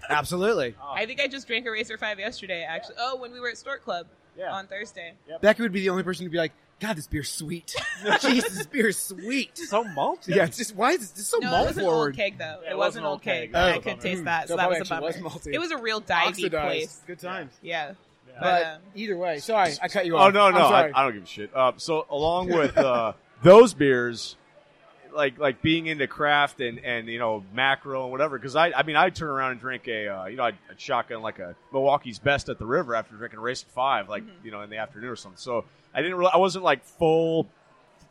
absolutely. I think I just drank a Racer Five yesterday. Actually, oh, when we were at Stork Club Yeah. on Thursday. Becky would be the only person to be like, "God, this beer's sweet. Jesus, this beer is sweet." So malty. Yeah, it's just why is this so No, it malt was an forward? old keg though. Yeah, it was an old keg. That I was a could bummer. taste Mm. that, so So that was a probably bummer. actually was malty. It was a real divey Oxidized. place. Good times. Yeah. But um, either way, sorry, I cut you Oh off. no, I'm no, I, sorry. I don't give a shit. Uh, so along with uh, those beers, like like being into craft and and you know mackerel and whatever, because I I mean I'd turn around and drink a uh, you know I'd, I'd shotgun like a Milwaukee's Best at the River after drinking Race Five, like Mm-hmm. you know in the afternoon or something. So I didn't really, I wasn't like full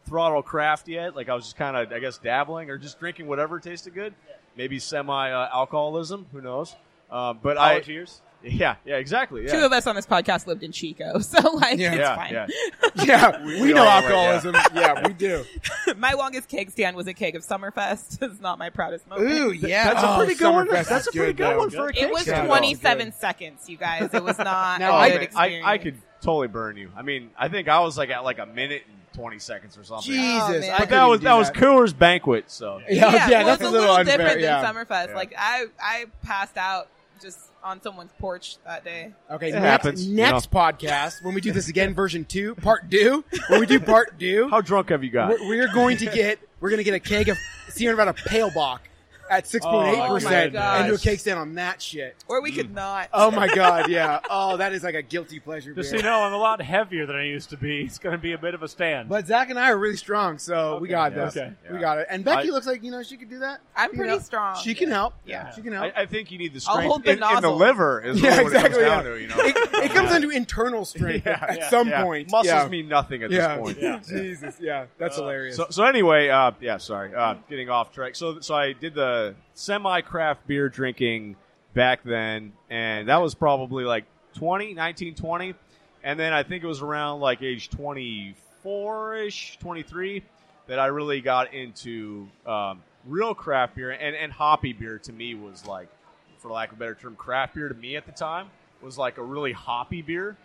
throttle craft yet. Like I was just kind of I guess dabbling or just drinking whatever tasted good. Maybe semi uh, alcoholism, who knows? Uh, but I College years. yeah yeah exactly yeah. Two of us on this podcast lived in Chico, so like Yeah. it's yeah, fine. yeah. yeah, we, we know all- yeah. alcoholism. yeah, we do. my longest keg stand was a keg of Summerfest. it's not my proudest moment. Ooh, yeah. That's a Oh, pretty good one. Summerfest That's, is a pretty good, Oh, though. one for a It cake was stand. stand. twenty- 27 seconds, you guys. It was not Now, a I- good Oh, I, I, experience. I could totally burn you. I mean, I think I was like at like a minute and twenty seconds or something. Oh, Jesus, man. I but But that was couldn't do that, was Cooler's banquet. So Yeah, yeah, well, that's it's a little, unfair. different yeah. than Summerfest. Yeah. Like I, I passed out just on someone's porch that day. Okay, It next, happens, you next podcast when we do this again, version two, part two. When we do part two, how drunk have you got? we're, we're going to get we're going to get a keg of Sierra Nevada pale bock at 6.8% Oh my and do a gosh. cake stand on that shit. Or we could not. Oh my god, yeah. Oh, that is like a guilty pleasure beer. Just so you know, I'm a lot heavier than I used to be. It's going to be a bit of a stand. But Zach and I are really strong, so we got yeah. this. Okay. We got it. And Becky I- looks like you know she could do that. I'm You pretty know, strong. She can help. Yeah. she can help. I, I think you need the I'll strength hold the in, in the nozzle. liver is yeah, really what exactly. it yeah. comes down to. You know, it, it comes into internal strength at yeah, some Yeah. point. muscles yeah. mean nothing at yeah. this point. Uh, Jesus, yeah, that's hilarious. So, so anyway, uh, yeah, sorry, uh, getting off track. So, so I did the semi craft beer drinking back then, and that was probably like 20, 19, 20. And then I think it was around like age 24 ish, 23, that I really got into um, real craft beer. And, and hoppy beer to me was like, for lack of a better term, craft beer to me at the time was like a really hoppy beer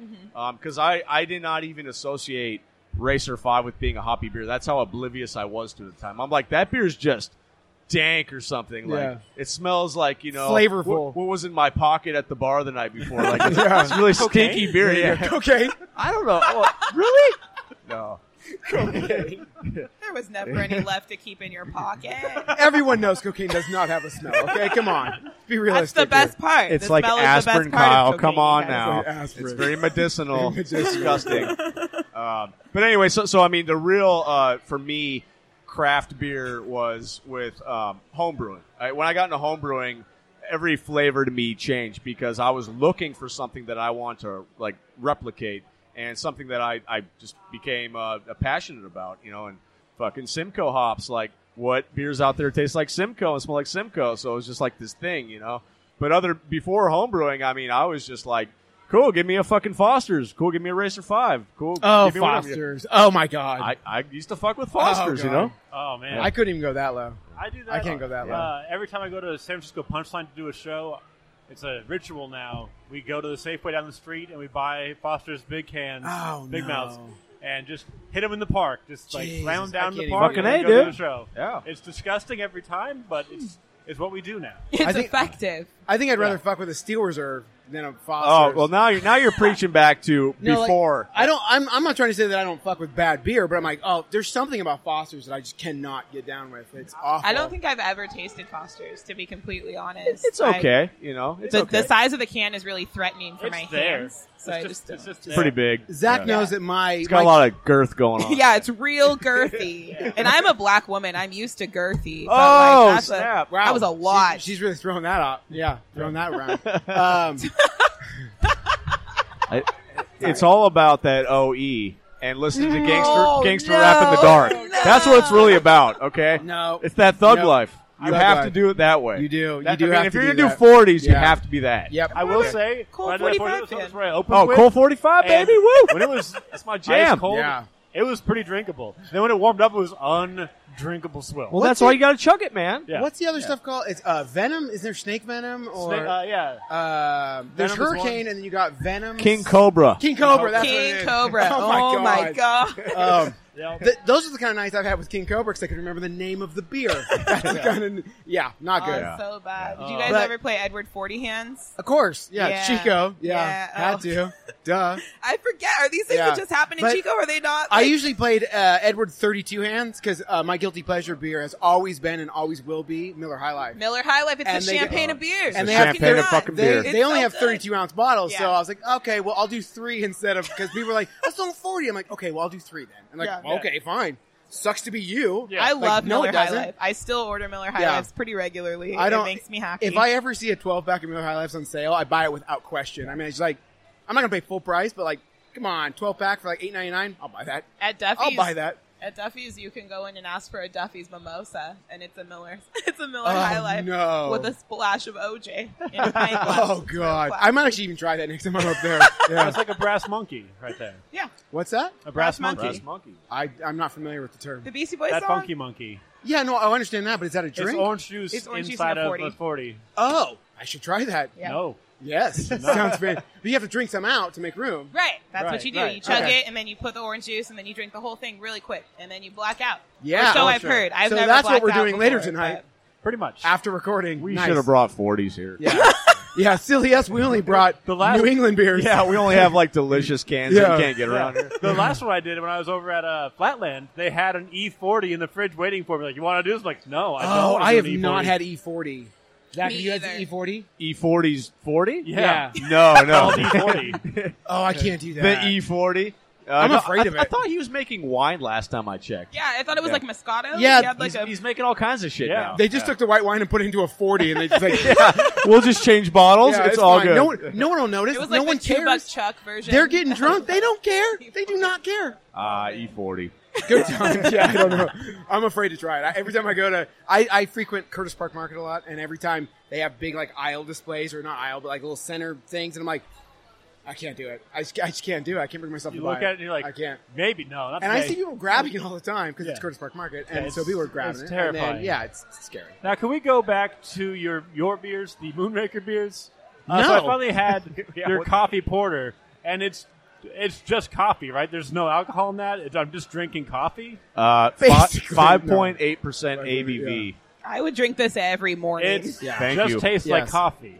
because I, I did not even associate Racer 5 with being a hoppy beer. That's how oblivious I was to the time. I'm like, that beer's just dank or something. Like Yeah. it smells like, you know, Flavorful. What, what was in my pocket at the bar the night before? Like it's, it's really stinky beer. Yeah. okay, I don't know. Well, really? No. There was never any left to keep in your pocket. everyone knows cocaine does not have a smell. Okay, come on, be That's realistic. the best here. part. It's the like smell is the aspirin, best part of Kyle. cocaine, Come on guys. now. It's like aspirin. It's very medicinal. It's it's just- disgusting. um, but anyway, so so I mean, the real uh, for me, craft beer was with um, home brewing. I, when I got into home brewing, every flavor to me changed because I was looking for something that I want to like replicate and something that I I just became uh, passionate about. You know, and fucking Simcoe hops like. What beers out there taste like Simcoe and smell like Simcoe? So it was just like this thing, you know. But other before homebrewing, I mean, I was just like, cool, give me a fucking Foster's. Cool, give me a Racer Five. Cool, Oh, give me whatever. Fosters. Oh my god, I, I used to fuck with Foster's, Oh, you God. know. oh man, I couldn't even go that low. I do that. I can't go that Uh, every time I go to San Francisco Punchline to do a show, it's a ritual now. We go to the Safeway down the street and we buy Foster's Big Cans, Oh, Big no. Mouths, and just hit them in the park. Just like Jesus, slam them I down in can't the even- park Fucking and then A, go to dude. the show. Yeah. It's disgusting every time, but it's, it's what we do now. It's I think- effective. I think I'd rather fuck with a Steel Reserve than a Oh Foster's. well, now you're now you're preaching back to No, like, before. I don't. I'm, I'm not trying to say that I don't fuck with bad beer, but I'm like, oh, there's something about Foster's that I just cannot get down with. It's awful. I don't think I've ever tasted Foster's, to be completely honest. it's okay, you know. It's the, okay. the size of the can is really threatening for my it's there. hands. So I it's, just, uh, just, it's just there. pretty big. Zach Yeah. knows that my It's got my- a lot of girth going on. yeah, it's real girthy. And I'm a black woman. I'm used to girthy. but, Oh, like, that's a- snap. Wow. that was a lot. She's, she's really throwing that out. Yeah, throwing that around. Um, I, it's all about that OE and listening to gangster No, gangster no, rap in the dark. no. That's what it's really about. Okay. No. It's that thug No. life. You Thug have life. to do it that way. You do. That- I You do mean, have if to you're do gonna that. do 40s, you Yeah. have to be that. yep. I will say, Cool, when I did that 45 photo- that's fan. where I opened Oh, with, Cole 45, and baby, woo! When it was that's my Jam. jam, cold, Yeah. it was pretty drinkable. Then when it warmed up, it was undrinkable swill. Well, that's why you got to chug it, man. Yeah. What's the other stuff called? It's uh, Venom. Is there Snake Venom or Snake- uh, yeah. uh, Venom there's is Hurricane, one. and then you got Venom, King Cobra. King Cobra. That's what it King is. Cobra. Oh my god. Um, Yeah. th- those are the kind of nights I've had with King Cobra because I could remember the name of the beer. That's the kind of yeah, not Oh, good. Yeah. so bad. Did you guys But- ever play Edward Forty Hands? Of course, yeah, Yeah. Chico, yeah, Yeah, had oh. to, duh. I forget. Are these things Yeah. that just happen in But Chico? Are they not? I like- usually played uh, Edward Thirty Two Hands because uh, my guilty pleasure beer has always been and always will be Miller High Life. Miller High Life. It's And the they- champagne of beers. and the they have champagne they're- of fucking they, beer. They It's only so have good. 32 ounce bottles, so Yeah. I was like, okay, well, I'll do three instead of because people were like, let's do 40. I'm like, okay, well, I'll do three then. I'm like, Yeah. well, okay, fine. Sucks to be you. Yeah. I Like, love no, Miller it High doesn't. Life. I still order Miller High Yeah. Lives pretty regularly. I don't. it makes me happy. If I ever see a 12 pack of Miller High Life's on sale, I buy it without question. I mean, it's like, I'm not gonna pay full price, but like, come on, 12 pack for like 8.99, I'll buy that. at Duffy's, I'll buy that. At Duffy's, you can go in and ask for a Duffy's mimosa, and it's a Miller. It's a Miller Oh, High Life no. with a splash of OJ in a pint glass. Oh god, I might actually even try that next time I'm up there. Yeah. That's like a brass monkey right there. yeah, What's that? A brass, Brass monkey. monkey. Brass monkey. I I'm not familiar with the term. the Beastie Boys That song. funky monkey. Yeah, no, oh, I understand that, but is that a drink? It's orange juice It's orange juice inside in a of 40. a 40. oh, I should try that. Yeah. No. Yes, sounds great. But you have to drink some out to make room. Right, that's Right, what you do. right. You chug Okay. it, and then you put the orange juice, and then you drink the whole thing really quick, and then you black out. Yeah. or so Oh, I've sure. heard. I've So never that's what blacked we're out doing later before, tonight. but- Pretty much. After recording, We nice. should have brought 40s here. Yeah. Yeah, silly us. We only brought The last- New England beers. Yeah, we only have like delicious cans. Yeah. that You can't get around here. The last one I did when I was over at uh, Flatland, they had an E40 in the fridge waiting for me. Like, you want to do this? I'm like, no, I don't. Oh, wanna I do have an E E40." E not had E40. Zach, Me have you had E either. the E40? E40's 40? Yeah, No, All no. E40. Oh, I can't do that. the E E40. Uh, I'm no, afraid I- of I it. thought he was making wine last time I checked. Yeah, I thought it was Yeah. like Moscato. Yeah, he had like He's, a, he's making all kinds of shit Yeah. now. they just took the white wine and put it into a 40, and they just like, we'll just change bottles. Yeah, it's, all fine. good. No one, no one will notice. it was like no the one two buck cares. Chuck version. They're getting drunk. They don't care. They do not care. Ah, E40. Good times. Yeah, I don't know. I'm afraid to try it. I, every time I go to, I, I frequent Curtis Park Market a lot, and every time they have big like aisle displays or not aisle, but like little center things, and I'm like, I can't do it. I just, I just can't do it. I can't bring myself. You to look buy at it and you're like, I can't. Maybe no. Not And I today. see people grabbing it all the time because it's Yeah. Curtis Park Market, Yeah, and it's- so people are grabbing it's it. and then, terrifying. yeah, it's, it's scary. Now, can we go back to your your beers, the Moonraker beers? Uh, So I No. finally had Yeah, your what- coffee porter, and it's it's just coffee, right? There's no alcohol in that. It's, I'm just drinking coffee. Uh, Basically, five no. point eight percent ABV. I would drink this every morning. It's Yeah. Thank just you. tastes like Yes. coffee.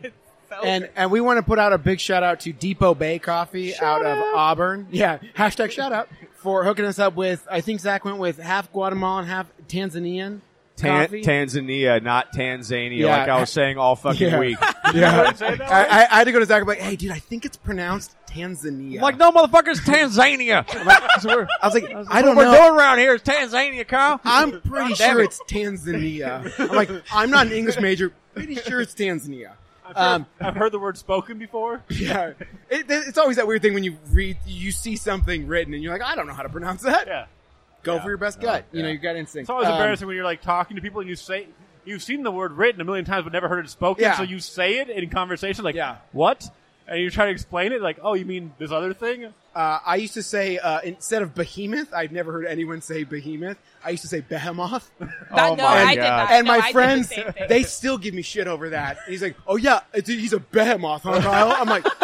so And and we want to put out a big shout out to Depot Bay Coffee out of Auburn. Yeah, hashtag shout out for hooking us up with. I think Zach went with half Guatemalan, half Tanzanian Tan- coffee. Tanzania, not Tanzania, Yeah. like I was saying all fucking Yeah. week. yeah, Say that I, one? I, I had to go to Zach. and be like, hey, dude, I think it's pronounced Tanzania. I'm like, no, motherfuckers, Tanzania. I was like, I, don't what we're know. doing around here is Tanzania, Kyle. I'm pretty Damn sure it. it's Tanzania. I'm like, I'm not an English major. Pretty sure it's Tanzania. Um, I've heard the word spoken before. yeah, it, it's always that weird thing when you read, you see something written, and you're like, I don't know how to pronounce that. Yeah, Oh, Go for your best gut. You know, your gut instinct. it's always Um, embarrassing when you're like talking to people and you say you've seen the word written a million times but never heard it spoken. Yeah. So you say it in conversation, like Yeah. what? And you try to explain it, like, oh, you mean this other thing? Uh, I used to say uh, instead of behemoth, I've never heard anyone say behemoth. I used to say behemoth. Oh That- no, I did God. that. and No, I my did the friends, same thing. they still give me shit over that. And he's like, "Oh yeah, it's a, he's a behemoth, huh, Kyle?" I'm like,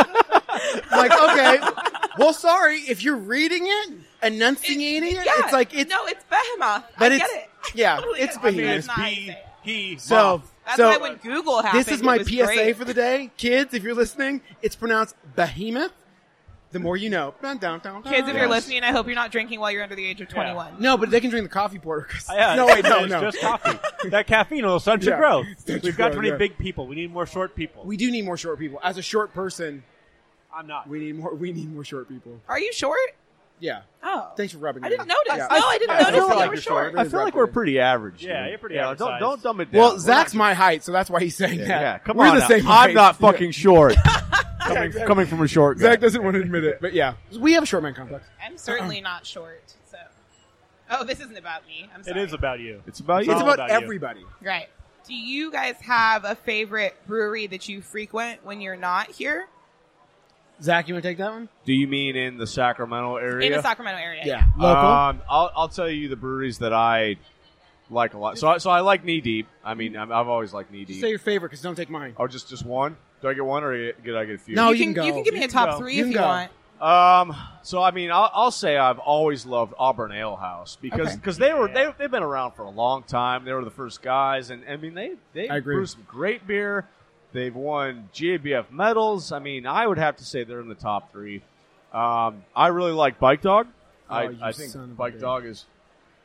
I'm "Like okay, well, sorry if you're reading it, enunciating it, yeah. it's like it's no, it's behemoth. But I it's- get it. yeah, Totally it's get it. I mean, behemoth. it's not he, easy. he, so." That's so why when Google happened, this is it my was PSA great. for the day, kids. If you're listening, it's pronounced behemoth. The more you know. Dun, dun, dun, dun. Kids, if you're Yes. listening, I hope you're not drinking while you're under the age of 21. No, but they can drink the coffee porter. Oh, 'cause- Yeah, no, wait, no, it's no. just coffee. that caffeine will stunt your Yeah. growth. Stunt your We've got growth, too many yeah. big people. We need more short people. We do need more short people. As a short person, I'm not. we need more. We need more short people. Are you short? Yeah. Oh, Thanks for rubbing. I it didn't in. notice. Yeah. No, I didn't I notice feel that like you were you're short. short. I feel like we're pretty average. Yeah, dude. you're pretty yeah, outsized. Don't, don't dumb it down. Well, We're Zach's not- my height, so that's why he's saying that. Yeah, come we're on. the now. same. I'm height. not Yeah. fucking short. coming, coming from a short guy. Zach doesn't want to admit it, but yeah, we have a short man complex. I'm certainly not short. So, oh, this isn't about me. I'm It sorry. is about you. It's about you. It's all about about, you. everybody. right. Do you guys have a favorite brewery that you frequent when you're not here Zach, you want to take that one? Do you mean in the Sacramento area? in the Sacramento area? local. Um, I'll, I'll tell you the breweries that I like a lot. So, I- so I like Knee Deep. I mean, I'm, I've always liked Knee Just say Deep. your favorite, because don't take mine. Oh, just just one? Do I get one or get- did I get a few? No, you, you can, can you go. can give me You a top go. three You if can you go. want. Um, so I mean, I'll, I'll say I've always loved Auburn Ale House because because they were they they've been around for a long time. They were the first guys, and I mean they they I agree. brew some great beer. They've won GABF medals. I mean, I would have to say they're in the top three. Um, I really like Bike Dog. Oh, you I, I think son of a Bike bitch. Dog is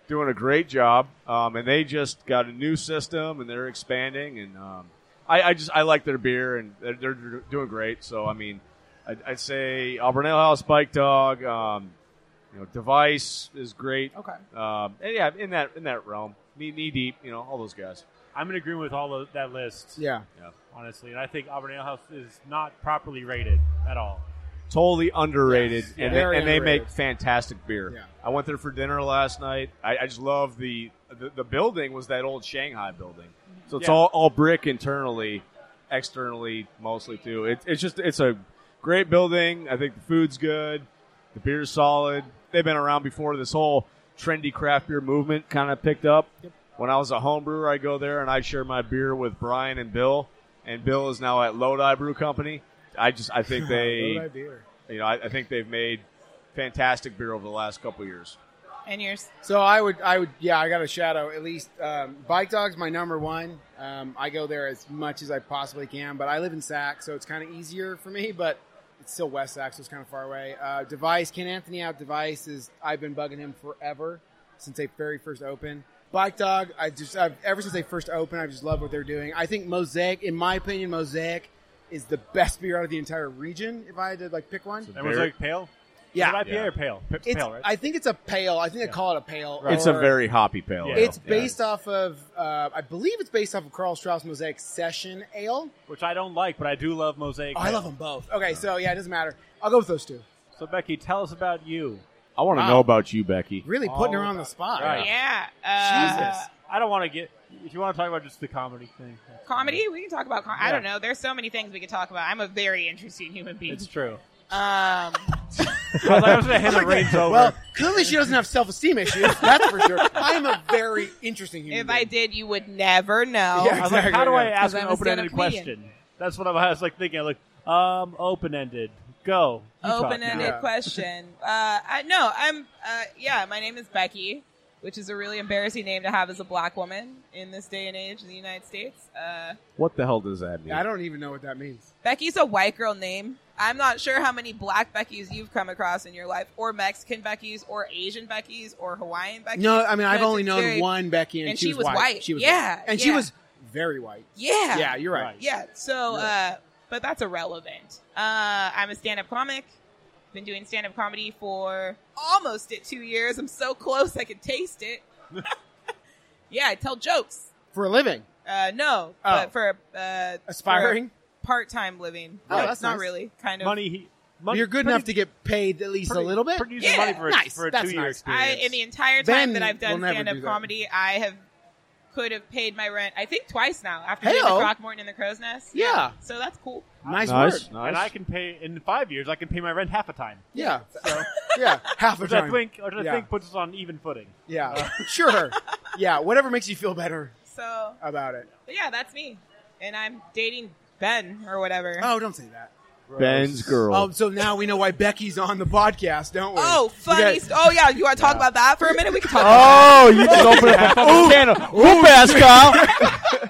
doing a great job, um, and they just got a new system and they're expanding. And um, I, I just I like their beer and they're, they're doing great. So I mean, I'd, I'd say Auburn Ale House, Bike Dog, um, you know, Device is great. Okay. Um, and yeah, in that in that realm, knee, knee deep, you know, all those guys. I'm in agreement with all of that list, Yeah. honestly. And I think Auburn Ale House is not properly rated at all. Totally underrated, Yes. Yeah. and, they, Very and they make underrated. fantastic beer. Yeah. I went there for dinner last night. I, I just love the, the the building was that old Shanghai building, so it's Yeah. all, all brick internally, externally mostly too. It, it's just it's a great building. I think the food's good, the beer's solid. They've been around before this whole trendy craft beer movement kind of picked up. When I was a home brewer, I go there and I share my beer with Brian and Bill, and Bill is now at Lodi Brew Company. I just I think they Low-dive beer. you know, I, I think they've made fantastic beer over the last couple of years. And yours? So I would, I would, yeah, I got a shadow at least. Um, Bike Dog's my number one. Um, I go there as much as I possibly can, but I live in Sac, so it's kind of easier for me. But it's still West Sac, so it's kind of far away. Uh, Device, Ken Anthony out. Device is I've been bugging him forever since they very first opened. Bike Dog, I just I've, ever since they first opened, I just love what they're doing. I think Mosaic, in my opinion, Mosaic is the best beer out of the entire region. If I had to like pick one, Everyone's Very- like pale. yeah, Is it IPA Yeah. or pale? P- it's, pale, right? I think it's a pale. I think they call it a pale. It's a or- very hoppy pale. Yeah. ale. It's based off of, uh, I believe it's based off of Carl Strauss Mosaic Session Ale. Which I don't like, but I do love Mosaic. Oh, I love them both. Okay, so yeah, it doesn't matter. I'll go with those two. So, Becky, tell us about you. I want to Wow. know about you, Becky. Really putting her on the spot. Right. Yeah. Uh, Jesus. I don't want to get. If you want to talk about just the comedy thing, that's Comedy? We can talk about. Com- I Yeah. don't know. There's so many things we could talk about. I'm a very interesting human fine. being. It's true. Um, I was like, I was gonna hand the reins over. Well, clearly she doesn't have self-esteem issues. That's for sure. I'm a very interesting human. if I being. did, you would never know. Yeah, I was like, how do I ask Exactly, yeah. an 'Cause I'm a open-ended stand-up question? That's what I was like thinking. I was like, um, open-ended. Go. You talk now. open-ended Yeah. question. Uh, I, no, I'm. Uh, yeah, my name is Becky, which is a really embarrassing name to have as a black woman in this day and age in the United States. Uh, What the hell does that mean? I don't even know what that means. Becky's a white girl name. I'm not sure how many black Beckys you've come across in your life, or Mexican Beckys, or Asian Beckys, or Hawaiian Beckys. No, I mean I've But only it's known very- one Becky, and, and she was white. white. She was Yeah, white. and she yeah. was very white. Yeah. Yeah, you're right. Right. Yeah. So, uh, but that's irrelevant. Uh, I'm a stand up comic. Been doing stand up comedy for almost at two years. I'm so close I can taste it. yeah, I tell jokes. For a living, Uh, no, Oh. but for uh, aspiring. part time living. Oh, Like, that's not nice. really. Kind of money. He, money You're good pretty- enough to get paid at least pretty- a little bit. Pretty decent Yeah. money for a, Nice. for a That's two-year nice. experience. I in the entire Then time that I've we'll done never stand up do that. comedy, I have could have paid my rent. I think twice now after doing Hey-o. the Throckmorton and the Crow's Nest. Yeah. So that's cool. nice, nice, work. nice. and I can pay in five years. I can pay my rent half a time. Yeah, yeah, half a Which time. I think, which I Yeah. think puts us on even footing. Yeah, sure. Yeah, whatever makes you feel better So about it. But yeah, that's me. And I'm dating Ben or whatever. Oh, don't say that. Ben's girl. Oh, so now we know why Becky's on the podcast, don't we? Oh, We funny. got- st- oh, yeah. You want to talk about that for a minute? We can talk about Oh, you just opened up a fucking can of- Ooh, Pascal.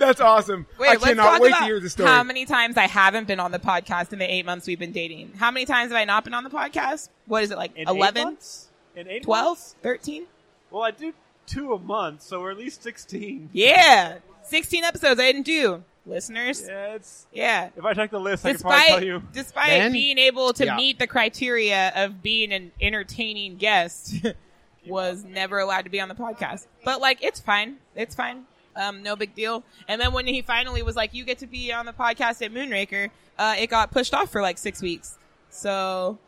That's awesome. that. Wait, I let's cannot talk wait about to hear the story. how many times I haven't been on the podcast in the eight months we've been dating. How many times have I not been on the podcast? What is it, like In eight 11, months? In eight 12, months? 13? Well, I do two a month, so we're at least sixteen. Yeah. 16 episodes I didn't do. Listeners. Yeah. Yeah, it's. If I check the list, I can Despite probably tell you. despite Ben? being able to Yeah. meet the criteria of being an entertaining guest, was never allowed to be on the podcast. But like, it's fine. It's fine. Um, no big deal. And then when he finally was like, "You get to be on the podcast at Moonraker," uh, it got pushed off for like six weeks. So,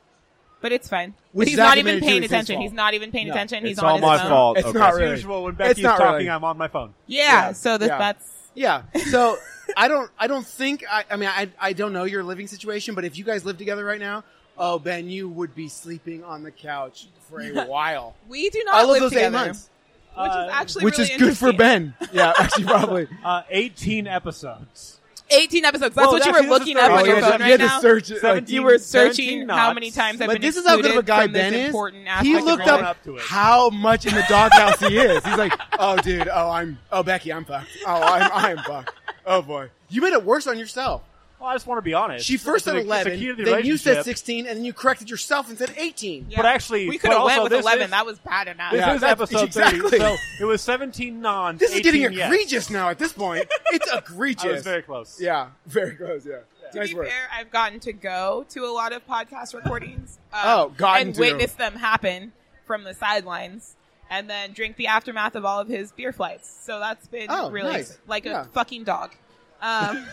but it's fine. Which he's is not documented even too, paying it's his attention. fault. He's not even paying No. attention. He's It's on all his my phone. fault. It's okay. not As really. usual, when It's Becky's not talking, really. I'm on my phone. Yeah. Yeah. So this, Yeah. that's Yeah. So I don't. I don't think. I, I mean, I. I don't know your living situation, but if you guys live together right now, oh Ben, you would be sleeping on the couch for a while. we do not All of live those together, eight months, which Uh, is actually which really is good for interesting. Ben. Yeah, actually, probably. Uh, 18 episodes. 18 episodes. That's Well, what you that's- were this is looking the up right on your one. phone you had to right now. search it. like- Seventeen- You were 17 searching knots. how many times I've But been this is how good of a excluded guy from this Ben is. important He aspect of looked your growing up life. up to it. how much in the doghouse he is. He's like, oh, dude, oh, I'm, oh, Becky, I'm fucked. Oh, I'm, I'm fucked. Oh boy, you made it worse on yourself. Well, I just want to be honest. She first It's said a- it's a key to 11, the then you said relationship. 16, and then you corrected yourself and said 18. Yeah. But actually, we but could have also went with this 11. Is, that was bad enough. this Yeah, is that's- episode exactly. 30. So it was 17 non. This is getting 18 yes. egregious now at this point. It's egregious. I was very close. Yeah, very close. Yeah, to nice be work. fair, I've gotten to go to a lot of podcast recordings. um, Oh, gotten and to. witness them happen from the sidelines, and then drink the aftermath of all of his beer flights. So that's been Oh, really nice. like Yeah. a fucking dog. Um,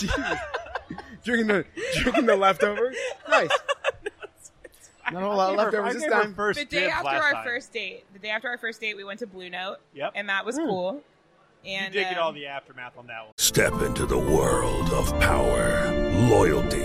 Jesus. drinking the drinking the leftovers. Nice. Not a whole I lot gave of her- I leftovers this gave her time. First the day dibs after last our time. first date, the day after our first date, we went to Blue Note, Yep. and that Hmm. was cool. And you did get all um, the aftermath on that one. Step into the world of power, loyalty,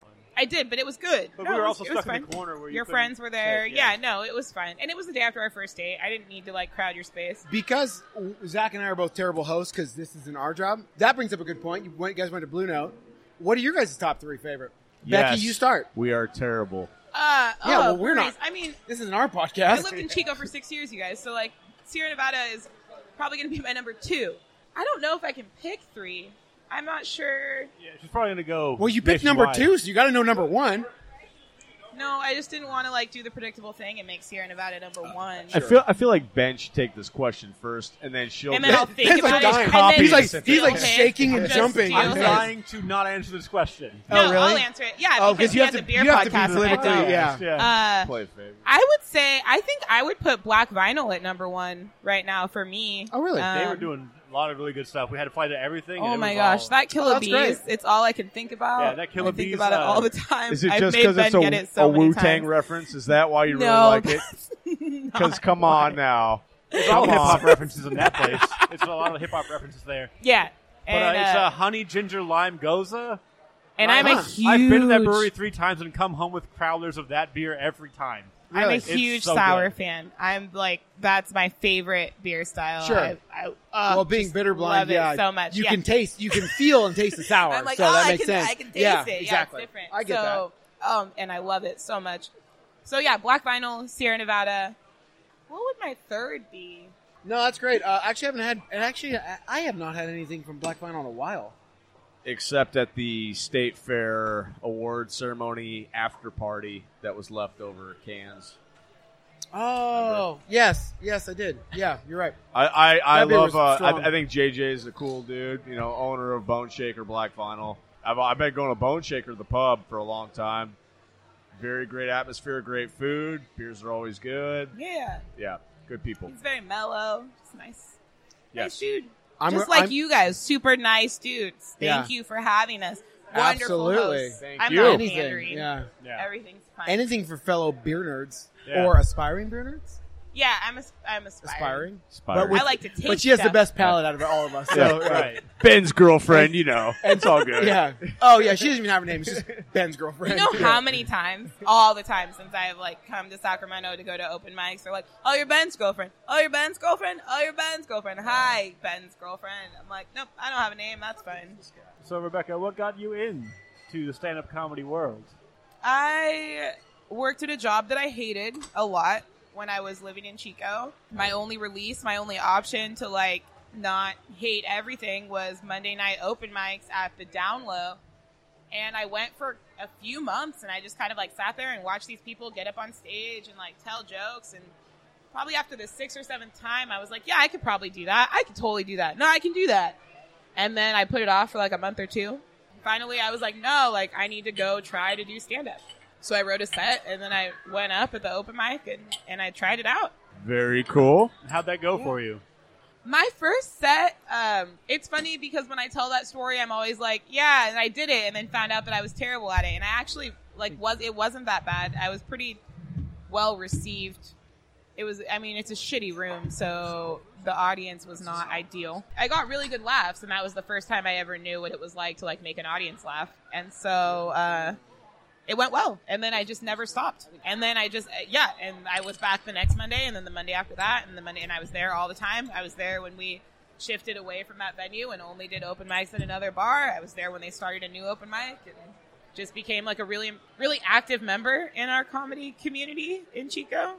I did, but it was good. But No, we it were was- also it was stuck in the fun. corner where you your couldn't friends were there. sit, yeah. yeah. no, it was fun, and it was the day after our first date. I didn't need to like crowd your space. because Zach and I are both terrible hosts because this isn't our job. That brings up a good point. You, went, you guys went to Blue Note. What are your guys' top three favorite? Becky, Yes, you start. We are terrible. Yeah, Uh, oh, well, we're breweries. not- I mean, This isn't our I podcast. lived in Chico for six years, you guys. So like, Sierra Nevada is probably going to be my number two. I don't know if I can pick three. I'm not sure. Yeah, she's probably gonna go. well, you picked number nationwide. two, so you got to know number one. No, I just didn't want to like do the predictable thing and make Sierra Nevada number Oh, one. I feel I feel like Ben should take this question first, and then she'll. And then I'll think Ben's like about dying. it. And then He's like- just he's deal like with it. shaking and Just jumping. deal I'm with Okay. it. dying to not answer this question. Oh, No, I'll really? answer it. Yeah, Oh, because because you we have had to- the beer you have to be podcast. and I politically- don't. yeah. Uh, play favorite. I would say I think I would put Black Vinyl at number one right now for me. Oh, really? they were Um, doing a lot of really good stuff. We had to fight to everything. and Oh it my was gosh, all- that Killer Oh, that's Bees! great. It's all I can think about. Yeah, that Killer I think Bees, about it uh, all the time. Is it I've just made because Ben it's a, get it so a many Wu Tang times. reference? Is that why you really No, like it? Because come on now, come hip hop on. references in that place. It's a lot of hip hop references there. Yeah, But and, uh, it's uh, a honey ginger lime goza. and I'm a Huh. huge. I've been to that brewery three times and come home with crowlers of that beer every time. I'm a It's huge so sour good. fan. I'm like that's my favorite beer style. Sure. I, I, uh, well, being just bitter blind, love yeah, it so much. You Yeah. can taste, you can feel and taste the sour. I'm like, so oh, that I makes can, sense. I can taste yeah, it. Yeah, exactly. it's different. I get so, that. Um, and I love it so much. So yeah, Black Vinyl, Sierra Nevada. What would my third be? that. No, that's great. Uh, actually, I haven't had, and actually, I, I have not had anything from Black Vinyl in a while. Except at the state fair award ceremony after party that was left over at cans. Oh, yes, yes, I did. Yeah, you're right. I I, I That beer love. was Uh, strong. I, I think JJ is a cool dude. You know, owner of Bone Shaker Black Vinyl. I've, I've been going to Bone Shaker the pub for a long time. Very great atmosphere, great food. Beers are always good. Yeah, Yeah, good people. he's very mellow. It's nice. Yes. Nice dude. I'm- Just like I'm- you guys, super nice dudes. Thank Yeah. you for having us. Wonderful Absolutely. hosts. Thank I'm you. not Anything, pandering. yeah. Yeah. Everything's fine. Anything for fellow beer nerds Yeah. or aspiring beer nerds? yeah, I'm as- I'm aspiring. Aspiring. Inspiring. with- I like to taste. But she has the stuff. best palate out of all of us. So, Yeah. right. Ben's girlfriend, you know, it's all good. Yeah. Oh, yeah. She doesn't even have her name. It's just Ben's girlfriend. You know Yeah. how many times, all the time, since I've like come to Sacramento to go to open mics, they're like, "Oh, your Ben's girlfriend. Oh, your Ben's girlfriend. Oh, your Ben's girlfriend. Hi, Ben's girlfriend." I'm like, "Nope, I don't have a name. That's fine." So Rebecca, what got you in to the stand up comedy world? I worked at a job that I hated a lot when I was living in Chico. My only release, my only option to like not hate everything was Monday night open mics at the Down Low. And I went for a few months and I just kind of like sat there and watched these people get up on stage and like tell jokes. And probably after the sixth or seventh time, I was like, yeah, I could probably do that. I could totally do that. No, I can do that. And then I put it off for like a month or two. Finally, I was like, no, like I need to go try to do stand up. So I wrote a set and then I went up at the open mic and, and I tried it out. Very cool. How'd that go for you? My first set, um, it's funny because when I tell that story, I'm always like, yeah, and I did it and then found out that I was terrible at it. And I actually, like, was, it wasn't that bad. I was pretty well received. It was, I mean, it's a shitty room, so the audience was not ideal. I got really good laughs and that was the first time I ever knew what it was like to, like, make an audience laugh. And so, uh, it went well and then i just never stopped and then i just uh, yeah and i was back the next monday and then the monday after that and the monday and i was there all the time i was there when we shifted away from that venue and only did open mics in another bar i was there when they started a new open mic and just became like a really really active member in our comedy community in chico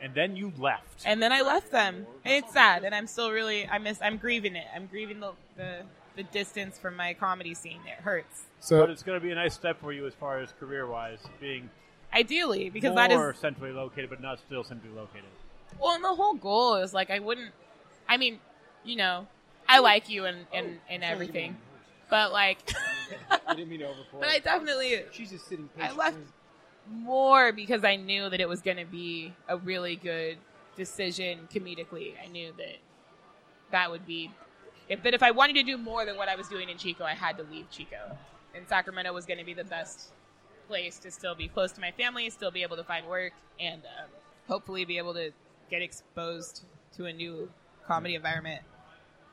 And then you left. and then i left them and it's sad and i'm still really i miss i'm grieving it i'm grieving the, the the distance from my comedy scene. It hurts. So- but it's going to be a nice step for you as far as career wise, being Ideally, because more that is centrally located, but not still centrally located. well, and the whole goal is like I wouldn't. I mean, you know, I like you and and, and everything, but like, I didn't mean to overpour. but I definitely She's just sitting. I left more because I knew that it was going to be a really good decision comedically. I knew that that would be if that if I wanted to do more than what I was doing in Chico, I had to leave Chico. And Sacramento was going to be the best place to still be close to my family, still be able to find work, and um, hopefully be able to get exposed to a new comedy environment.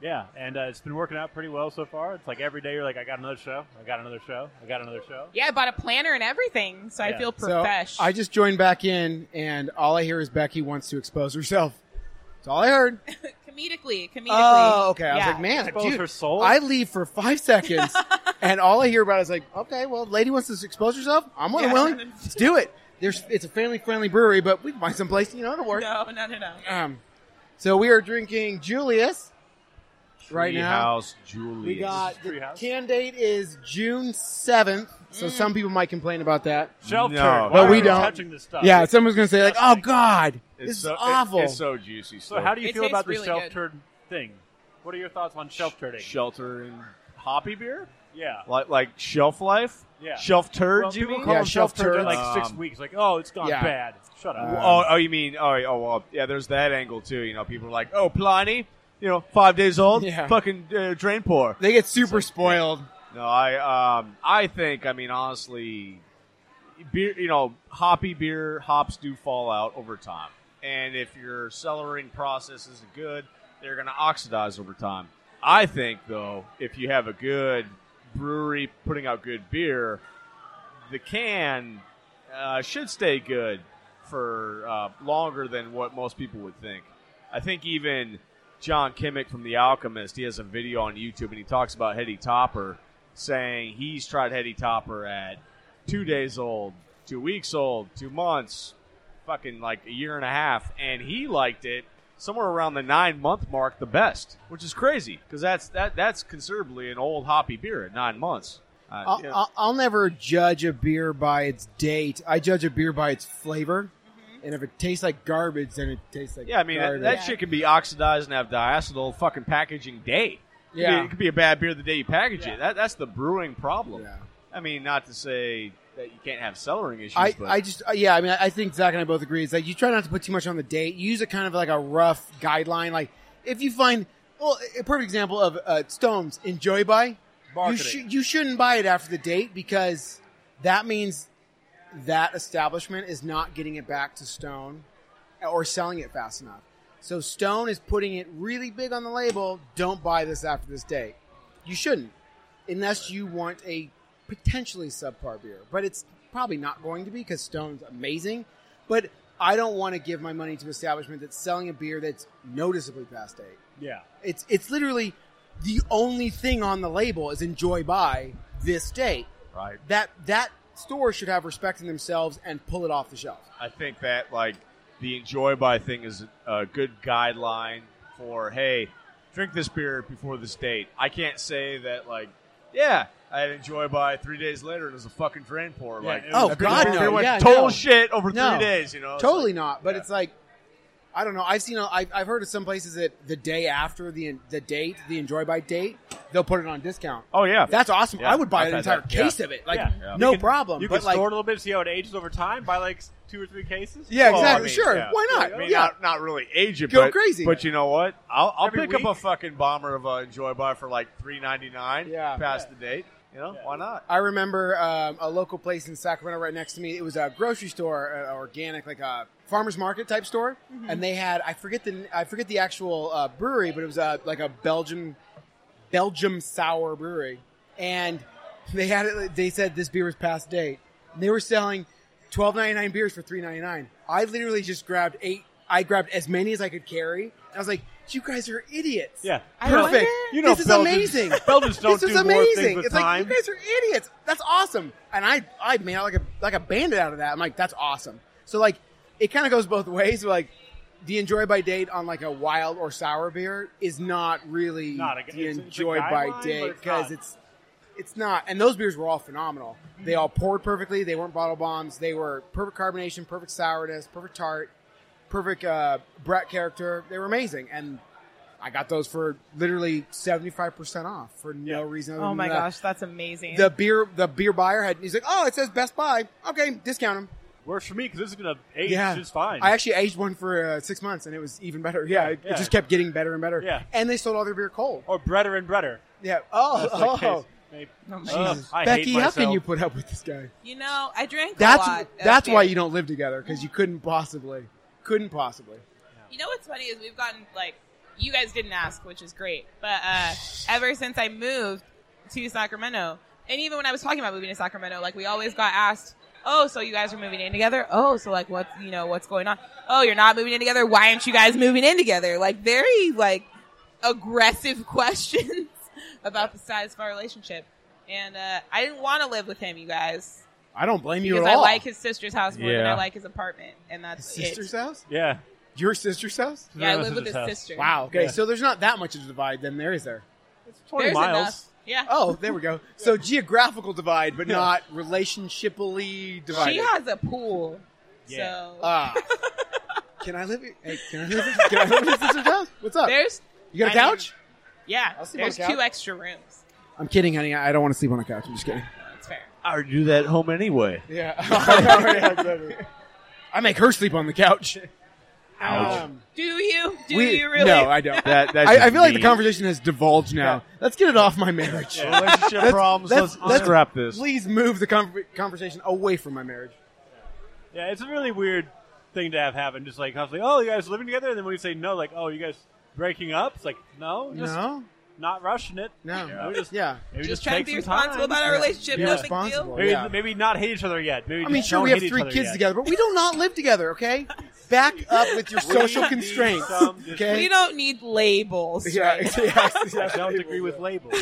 Yeah, and uh, it's been working out pretty well so far. It's like every day you're like, I got another show, I got another show, I got another show. Yeah, I bought a planner and everything, so I feel profesh. So I just joined back in, and all I hear is Becky wants to expose herself. That's all I heard. comedically, comedically. Oh, okay. I was Yeah. like, man, Expose dude, her soul? I leave for five seconds, and all I hear about is like, okay, well, lady wants to expose herself. I'm more than Yeah. willing. Let's do it. There's, it's a family-friendly brewery, but we can find someplace you know to work. No, no, no, no. Um, so we are drinking Julius right now. House Julius. We got the can date is June seventh, Mm. so some people might complain about that. Shelf No. turd. Why but we are you don't. touching this stuff? Yeah, someone's gonna say like, "Oh God, It's this so- is it- awful." it's so juicy. So how do you It feel tastes about the really shelf good. turd thing? What are your thoughts on shelf turding? Shelter and hoppy beer? Yeah. Like like shelf life? Yeah. Shelf turds, Well, you people mean? call Yeah, them shelf shelf turds. turds. Like six weeks, like, oh, it's gone bad. Shut up. Um, oh, oh, you mean, oh, oh, well, yeah, there's that angle, too. You know, people are like, oh, Pliny, you know, five days old, Yeah. fucking uh, drain poor. They get super spoiled. No, I, um, I think, I mean, honestly, beer, you know, hoppy beer, hops do fall out over time. And if your cellaring process isn't good, they're going to oxidize over time. I think, though, if you have a good brewery putting out good beer, the can uh, should stay good for uh, longer than what most people would think. I think even John Kimmick from The Alchemist, he has a video on YouTube and he talks about Hetty Topper saying he's tried Hetty Topper at two days old, two weeks old, two months, fucking like a year and a half, and he liked it somewhere around the nine month mark the best, which is crazy because that's that that's considerably an old hoppy beer at nine months. Uh, I'll, yeah. I'll, I'll never judge a beer by its date. I judge a beer by its flavor, and if it tastes like garbage, then it tastes like Mm-hmm. Yeah, I mean that, garbage. that shit can be oxidized and have diacetyl fucking packaging day. It could be- Yeah. it could be a bad beer the day you package it. That, that's the brewing problem. I mean, not to say that you can't have cellaring issues. I, but I just uh, yeah I mean I I think Zach and I both agree it's like you try not to put too much on the date you use a kind of like a rough guideline like if you find well a perfect example of uh, Stones enjoy by you, Marketing. shou- you shouldn't buy it after the date because that means that establishment is not getting it back to Stone or selling it fast enough so Stone is putting it really big on the label don't buy this after this date you shouldn't unless you want a potentially subpar beer. But it's probably not going to be because Stone's amazing. But I don't want to give my money to an establishment that's selling a beer that's noticeably past date. Yeah. It's it's literally the only thing on the label is enjoy by this date. Right. That that store should have respect in themselves and pull it off the shelf. I think that like the enjoy by thing is a good guideline for hey, drink this beer before this date. I can't say that like yeah, I had enjoy by three days later and it was a fucking drain pour. Yeah, like it was- that Oh, beer God, went- no. beer went Yeah, total no. shit over No. three days. You know, It's totally like- not. But it's like, I don't know. I've seen. A, I've, I've heard of some places that the day after the the date, the enjoy by date, they'll put it on discount. Oh yeah, that's awesome. Yeah, I would buy I've an had entire that. case Yeah. of it. Like, Yeah. Yeah. no You can- problem. You can but like, store it a little bit, see how it ages over time. Buy like two or three cases. Yeah, Well, I exactly. mean, sure. yeah. Why not? I mean, yeah. not, not really agent. Go but, crazy. But you know what? I'll, I'll Every pick week. up a fucking bomber of a Enjoy Bar for like three ninety nine. Yeah. past the date. You know why not? I remember um, a local place in Sacramento right next to me. It was a grocery store, uh, organic, like a farmers market type store, and they had I forget the I forget the actual uh, brewery, but it was uh, like a Belgium Belgium sour brewery, and they had it. They said this beer was past date. And they were selling twelve ninety nine beers for three ninety nine. I literally just grabbed eight. I grabbed as many as I could carry. I was like, "You guys are idiots." Yeah. I Perfect. wonder- You know this is Belgians- amazing. Belgians don't this is do more amazing. things with it's time. like you guys are idiots. That's awesome. And I, I made out like a like a bandit out of that. I'm like, that's awesome. So like, it kind of goes both ways. Like, the enjoy by date on like a wild or sour beer is not really Not a- the it's- it's a enjoy guideline, by but date it's because not. it's it's not. And those beers were all phenomenal. Mm-hmm. They all poured perfectly. They weren't bottle bombs. They were perfect carbonation, perfect sourness, perfect tart, perfect uh, Brett character. They were amazing, and I got those for literally seventy five percent off for no reason. Other Oh than my that. gosh, that's amazing. The beer, the beer buyer had. He's like, "Oh, it says Best Buy. Okay, discount them." Works for me because this is gonna age just fine. I actually aged one for uh, six months, and it was even better. Yeah, it, it Yeah. just kept getting better and better. Yeah. and they sold all their beer cold. Or breader and breader. Yeah. Oh, That's like oh. his- Oh, my Ugh, Jesus. I hate Becky, how can myself. you put up with this guy? You know, I drank That's a lot. of that's why beer. you don't live together because you couldn't possibly, couldn't possibly. You know what's funny is we've gotten like you guys didn't ask, which is great. But uh, ever since I moved to Sacramento, and even when I was talking about moving to Sacramento, like we always got asked, "Oh, so you guys are moving in together? Oh, so like what's you know what's going on? Oh, you're not moving in together? Why aren't you guys moving in together?" Like very like aggressive questions about the size of our relationship. And uh, I didn't want to live with him, you guys, I don't blame you because at I all. like his sister's house more than Yeah. I like his apartment, and that's it. sister's house. Yeah, your sister's house. Yeah, I live with his sister. Wow. Okay, Yeah. so there's not that much of a divide then. There is there. It's 20 There's miles. enough. Yeah. Oh, there we go. So geographical divide, but not relationshipally divided. She has a pool. Yeah. So Ah. can I live? Hey, can I live? Can I live in your sister's house? What's up? There's you got a I mean, couch? yeah. sleep on There's the couch. two extra rooms. I'm kidding, honey. I don't want to sleep on a couch. I'm just kidding. That's fair. I would do that at home anyway. Yeah. Yeah, exactly. I make her sleep on the couch. Ouch. Do you? Do we- you really? No, I don't. That- that's I, I feel like the mean. conversation has divulged now. Let's get it off my marriage. Yeah. Relationship problems, let's scrap this. Please move the con- conversation away from my marriage. Yeah, it's a really weird thing to have happen. Just like constantly, oh, you guys living together, and then when you say no, like, oh, you guys breaking up? It's like, no, just No. not rushing it. No. Maybe just, Yeah. maybe Just just, trying to take be some responsible time. about our relationship, Be no big responsible, Maybe, yeah. maybe not hate each other yet. Maybe I mean, just sure, don't we have hate each three other kids yet. together, but we do not live together, okay? Back up with your We social need constraints, some okay? We don't need labels. Yeah, right? I don't agree with labels.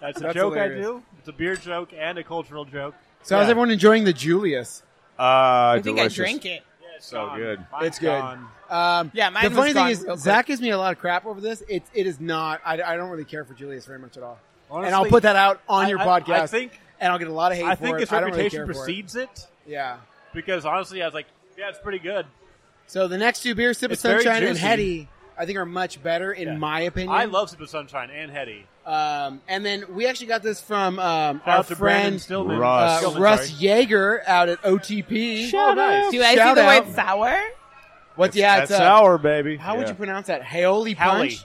That's a That's joke hilarious. I do. It's a beer joke and a cultural joke. So, how's everyone enjoying the Julius? Uh, I think I drank it. So good. it's good. gone. Um, Yeah, mine the was funny thing gone real is, quick. Zach gives me a lot of crap over this. It, it is not. I, I don't really care for Julius very much at all. and I'll Honestly, put that out on your I- I- I podcast. think- and I'll get a lot of hate. I for think it. his I don't really reputation care for it. precedes it. Yeah. Because honestly, I was like, yeah, it's pretty good. So the next two beers, Sip of It's very Sunshine and juicy. Hetty, I think are much better in Yeah. my opinion. I love Sip of Sunshine and Hetty. Um, and then we actually got this from um, Shout our out to Brandon friend Stillman. uh, Stillman, Russ sorry. Yeager out at OTP. Shout Oh, nice. out. Do I Shout see the out. word sour? What's yeah? That's it's, uh, sour, baby. How would Yeah. you pronounce that? Howley. Haoli punch.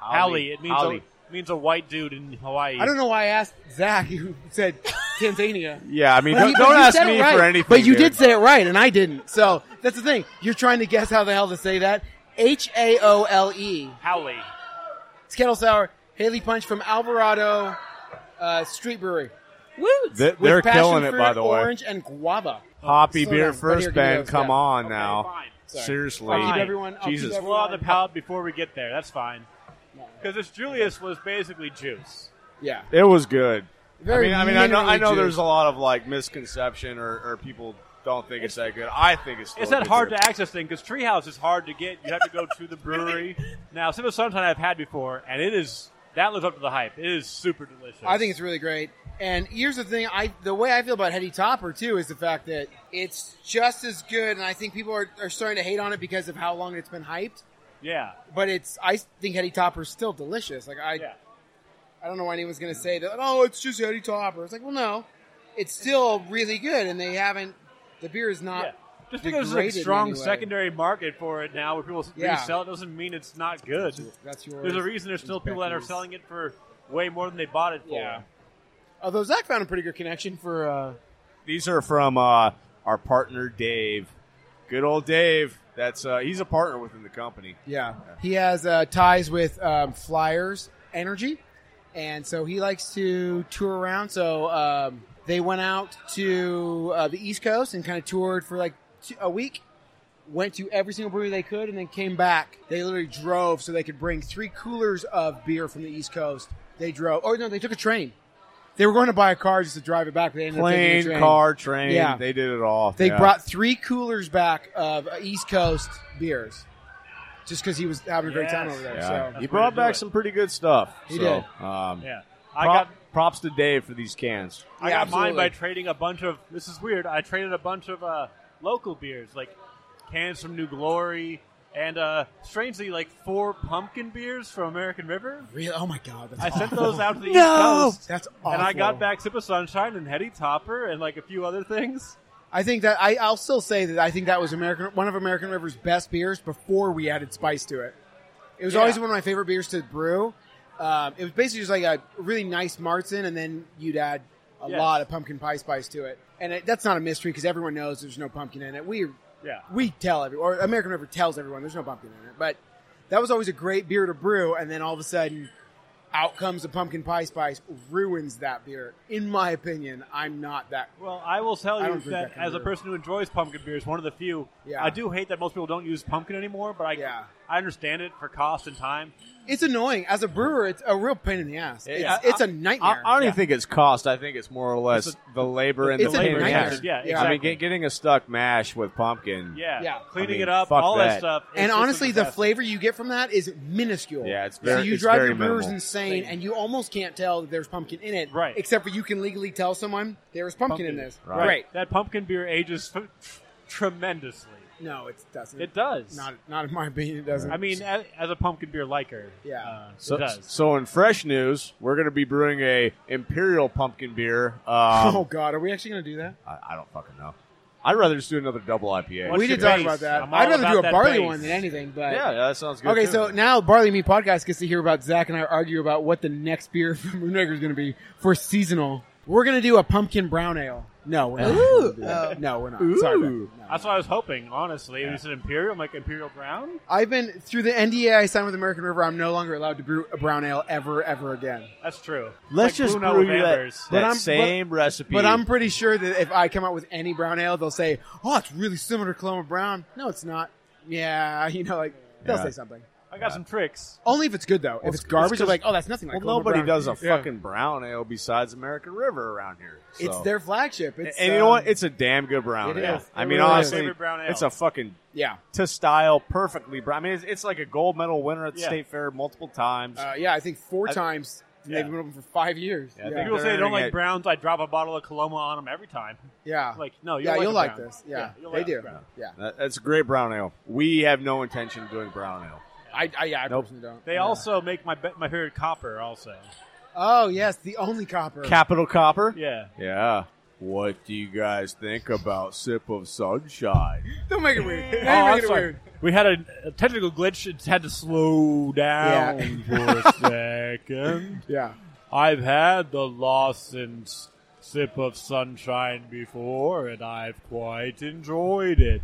Howley. It means Howley. a means a white dude in Hawaii. I don't know why I asked Zach, who said Tanzania. Yeah, I mean, But don't, you- but don't you ask said it me right. for anything. But you dude. did say it right, and I didn't. So that's the thing. You're trying to guess how the hell to say that. H A O L E. Howley. It's Kettle Sour Haley Punch from Alvarado uh, Street Brewery. Woo! They- With they're passion killing it, fruit, by the way. Orange and guava. Hoppy Slow beer down. Right first, here, give me Ben. those. Come Yeah. on now. Sorry. Seriously, I'll keep everyone- I'll keep Jesus. everyone- Well, on the palate before we get there. That's fine. Because this Julius was basically juice. Yeah. It was good. Very I mean, I mean, I know, I minerally know juiced. there's a lot of like misconception or, or people don't think it's, that good. I think it's. It's still that good hard beer. to access thing because Treehouse is hard to get. You have to go to the brewery. Now, Sip of Sunshine I've had before, and it is that lives up to the hype. It is super delicious. I think it's really great. And here's the thing: I the way I feel about Hetty Topper too is the fact that it's just as good, and I think people are, are starting to hate on it because of how long it's been hyped. yeah. But it's I think Hetty Topper's still delicious. Like I, Yeah. I don't know why anyone's going to say that. Oh, it's just Hetty Topper. It's like, well, no, it's still really good, and they haven't. The beer is not. Yeah. Just because there's degraded in a any strong way. secondary market for it now where people Yeah. resell it doesn't mean it's not good. That's yours. There's a reason there's still people that are Becky's. selling it for way more than they bought it for. Yeah. Although Zach found a pretty good connection for. Uh, These are from uh, our partner Dave. Good old Dave. That's uh, he's a partner within the company. Yeah, he has uh, ties with um, Flyers Energy, and so he likes to tour around. So um, they went out to uh, the East Coast and kind of toured for like t- a week. Went to every single brewery they could, and then came back. They literally drove so they could bring three coolers of beer from the East Coast. They drove. Oh no, they took a train. They were going to buy a car just to drive it back. but They ended up taking Plane, the train. car, train. Yeah, They did it all. They Yeah. brought three coolers back of uh, East Coast beers, just because he was having a great time over there. Yeah. So He brought back some pretty good stuff. He so, did. Um, Yeah. I I got- got props to Dave for these cans. I got mine by absolutely. trading a bunch of. This is weird. I traded a bunch of uh, local beers, like cans from New Glory, and uh, strangely, like four pumpkin beers from American River. Really? Oh my god! That's I sent awful. those out to the No! East Coast. That's And I awful. got back Sip of Sunshine and Hetty Topper and like a few other things. I think that I, I'll still say that I think that was American one of American River's best beers before we added spice to it. It was Yeah. always one of my favorite beers to brew. Um, it was basically just like a really nice Martin, and then you'd add a Yes. lot of pumpkin pie spice to it. And it, that's not a mystery because everyone knows there's no pumpkin in it. We Yeah. we tell everyone, or American River tells everyone there's no pumpkin in it. But that was always a great beer to brew, and then all of a sudden, out comes the pumpkin pie spice, ruins that beer. In my opinion, I'm not that. Well, I will tell I you don't that, drink that kind as of a beer. person who enjoys pumpkin beers, one of the few. Yeah. I do hate that most people don't use pumpkin anymore, but I I understand it for cost and time. It's annoying. As a brewer, it's a real pain in the ass. It's, Yeah. it's a I, nightmare. I don't even think it's cost. I think it's more or less the labor and It's the a labor. nightmare. intensive. Yeah, I exactly. mean, get, getting a stuck mash with pumpkin. Yeah. Yeah. Cleaning I mean, it up, fuck all that, that. stuff. and it's just honestly, the disaster. flavor you get from that is minuscule. Yeah, it's so very- you it's drive very your brewers minimal. insane, and you almost can't tell that there's pumpkin in it. Right. Except for you can legally tell someone there is pumpkin, in this. Right. That pumpkin beer ages f- f- tremendously. No, it doesn't. It does. Not, not in my opinion, it doesn't. I mean, as, as a pumpkin beer liker, yeah, uh, So, it does. so in fresh news, we're going to be brewing a imperial pumpkin beer. Um, oh god, are we actually going to do that? I, I don't fucking know. I'd rather just do another double IPA. we did talk about that. I'd rather do a barley one than anything. But yeah, yeah, that sounds good. Okay, too. so now Barley Me Podcast gets to hear about Zach and I argue about what the next beer from Moonraker is going to be for seasonal. We're going to do a pumpkin brown ale. No, we're not. Ooh. No, no, we're not. Sorry. Ben. That's what I was hoping, honestly. It was an imperial, I'm like imperial brown. I've been through the NDA I signed with American River. I'm no longer allowed to brew a brown ale ever, ever again. That's true. Let's Like just Bruno brew with that, Ambers. that I'm- same recipe. But I'm pretty sure that if I come out with any brown ale, they'll say, "Oh, it's really similar to Coloma Brown." No, it's not. Yeah, you know, like they'll Yeah. say something. I got some tricks. Only if it's good though. if it's garbage, they're like, "Oh, that's nothing like." Well, Coloma nobody Brown." does a Yeah. fucking brown ale besides American River around here. So. It's their flagship. It's, and you know what? um, It's a damn good brown It ale. is. I It mean, really is. honestly, Favorite brown ale. it's a fucking Yeah. to style perfectly brown. I mean, it's, it's like a gold medal winner at the Yeah. state fair multiple times. Uh, yeah, I think four I- times. and They've been open for five years. Yeah, I think yeah. People say they don't like it- browns. I drop a bottle of Coloma on them every time. Yeah. Like, no, you'll Yeah, like a you'll like brown. this. Yeah, you'll they like do. a brown. Yeah. That- that's a great brown ale. We have no intention of doing brown ale. I, I, yeah, I Nope. personally don't. They Yeah. also make my be- my favorite copper also. Oh yes, the only copper. Capital Copper. Yeah. Yeah. What do you guys think about Sip of Sunshine? Don't make it weird. Now you're Oh, I'm making it sorry. weird. We had a, a technical glitch. It's had to slow down for a second. Yeah. I've had the Lawson's sip of sunshine before, and I've quite enjoyed it.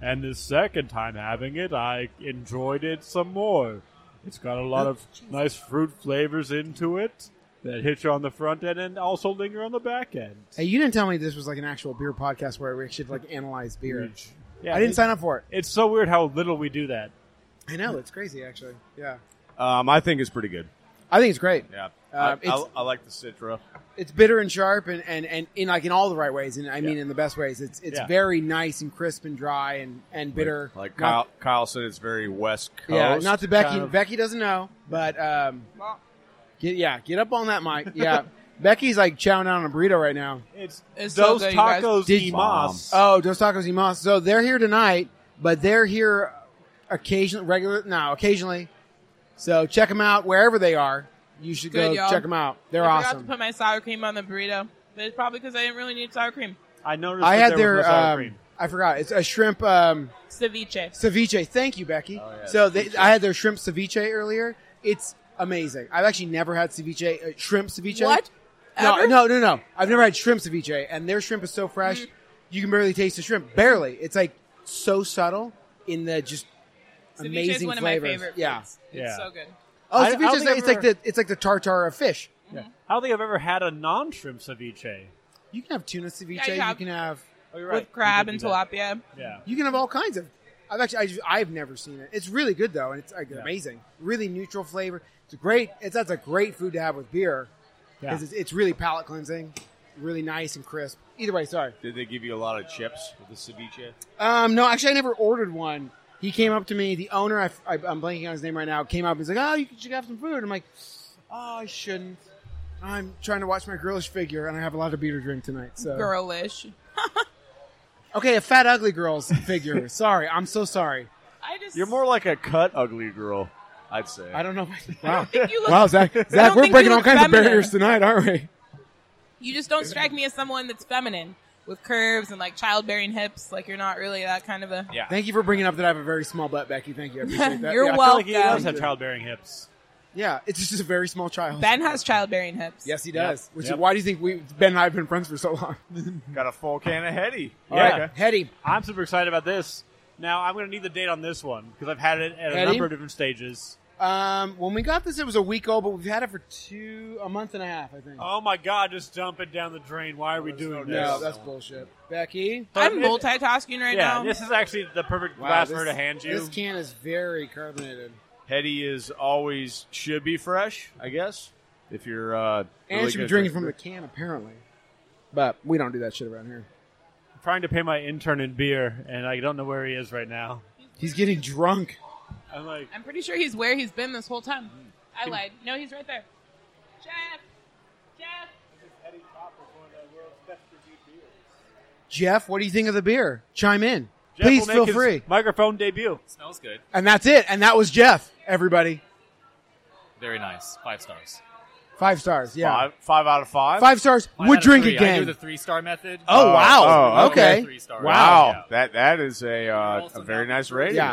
And the second time having it, I enjoyed it some more. It's got a lot of nice fruit flavors into it that hit you on the front end and also linger on the back end. Hey, you didn't tell me this was like an actual beer podcast where we should like analyze beer. Yeah, I didn't it- sign up for it. It's so weird how little we do that. I know it's crazy, actually. Yeah, Um, I think it's pretty good. I think it's great. Yeah. Um, I, I, it's- I like the Citra. It's bitter and sharp, and and and in like in all the right ways, and I mean in the best ways. It's it's Yeah. very nice and crisp and dry and and bitter. Like, like Not- Kyle, Kyle said, it's very West Coast. Yeah, not to Becky. kind of- Becky doesn't know, but um, get yeah, get up on that mic. Yeah, Becky's like chowing down on a burrito right now. It's, it's so those good, you guys. tacos Did- y Um, mas. Oh, Dos Tacos y Mas. So they're here tonight, but they're here occasionally, regular now, occasionally. So check them out wherever they are. You should Good, go y'all. check them out. They're I forgot awesome. to put my sour cream on the burrito, but it's probably because I didn't really need sour cream. I noticed I that had there was their no sour um, cream. I forgot. It's a shrimp um, Ceviche. ceviche. Thank you, Becky. so they, I had their shrimp ceviche earlier. It's amazing. I've actually never had ceviche, uh, shrimp ceviche. What? No, Ever? no, no, no. I've never had shrimp ceviche, and their shrimp is so fresh, Mm-hmm. you can barely taste the shrimp. Barely. It's like so subtle in the just Ceviche amazing is one of my flavors. favorite yeah. foods. It's so good. Oh, I- I don't ceviche is think like, I've it's like ever- the it's like the tartar of fish. I don't think I've ever had a non shrimp ceviche. You can have tuna ceviche. you you, have- can have With crab You and did do that. tilapia. Yeah. you can have all kinds of. I've actually I just, I've never seen it. It's really good though, and it's like, amazing. Really neutral flavor. It's a great. It's that's a great food to have with beer. 'Cause it's, it's really palate cleansing, really nice and crisp. Either way, sorry. Did they give you a lot of chips with the ceviche? Um, no, actually, I never ordered one. He came up to me, the owner, I, am blanking on his name right now, came up and was like, oh, you should have some food. I'm like, oh, I shouldn't. I'm trying to watch my girlish figure, and I have a lot of beer to drink tonight. So Girlish. Okay, a fat, ugly girl's figure. sorry, I'm so sorry. I just. You're more like a cut ugly girl, I'd say. I don't know. If I don't think you look- wow, Zach, I don't Zach we're think breaking you all look kinds of feminine. barriers tonight, aren't we? You just don't strike me as someone that's feminine with curves and like childbearing hips. Like you're not really that kind of a. Thank you for bringing up that I have a very small butt, Becky. Thank you. I appreciate that. You're yeah, Yeah, I feel like he welcome. does have childbearing hips. Yeah, it's just a very small child. Ben has childbearing hips. Yes, he does. Which Yep. is why do you think we Ben and I have been friends for so long? Got a full can of heady. Yeah. Hetty. I'm super excited about this. Now, I'm going to need the date on this one because I've had it at a Hetty? number of different stages. Um, when we got this, it was a week old, but we've had it for two, a month and a half, I think. Oh my god, just dump it down the drain. Why are we doing no, this? that's bullshit. Becky, I'm multitasking right yeah, now. this is actually the perfect Wow, glass this- for her to hand you. This can is very carbonated. Hetty is always should be fresh, I guess. If you're uh, And really should be good drinker. drinking from the can, apparently. But we don't do that shit around here. I'm trying to pay my intern in beer, and I don't know where he is right now. He's getting drunk. I'm like, I'm pretty sure he's where he's been this whole time. I lied. No, he's right there. Jeff. Jeff. Jeff, what do you think of the beer? Chime in. Jeff Please will make feel his free. Microphone debut. Smells good. And that's it. And that was Jeff, everybody. Very nice. Five stars. Five stars, yeah. Five, five out of five. Five stars. Five Would out of drink three. I do again. the three star method. Oh, wow. Oh, okay. Three stars. Wow, that that is a uh, a very nice rating.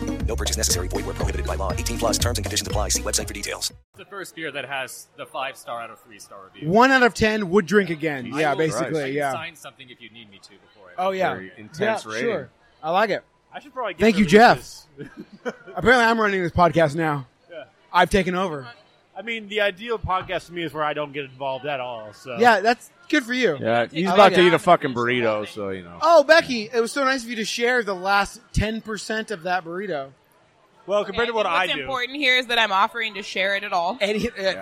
No purchase necessary. Void where prohibited by law. 18 plus terms and conditions apply. See website for details. It's the first beer that has the five star out of three star review. One out of ten would drink again. I yeah, will- I basically. can Yeah. Sign something if you need me to before. I Oh yeah. Very intense yeah, rating. Sure. I like it. I should probably get Thank you, rid of Jeff. this. Apparently, I'm running this podcast now. Yeah. I've taken over. I mean, the ideal podcast to me is where I don't get involved at all. So Yeah, that's good for you. Yeah, he's I about like to it. eat a fucking burrito, so you know. Oh, Becky, it was so nice of you to share the last ten percent of that burrito. Well, compared to what I What's do, important here is that I'm offering to share it at all. uh,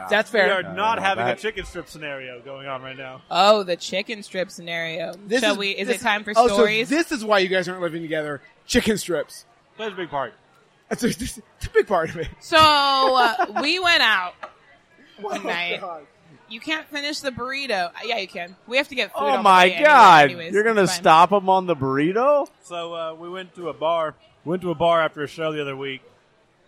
that's fair. We are No, not no, having that- a chicken strip scenario going on right now. Oh, the chicken strip scenario. This Shall is, we? Is this- it time for oh, so stories? this is why you guys aren't living together. Chicken strips. That's a big part. That's a, that's a big part of it. So uh, we went out Oh, one night. God. You can't finish the burrito. Uh, Yeah, you can. We have to get food. Oh on my the way god! Anyway, anyways. You're gonna It's fine. stop him on the burrito? So uh, we went to a bar. Went to a bar after a show the other week.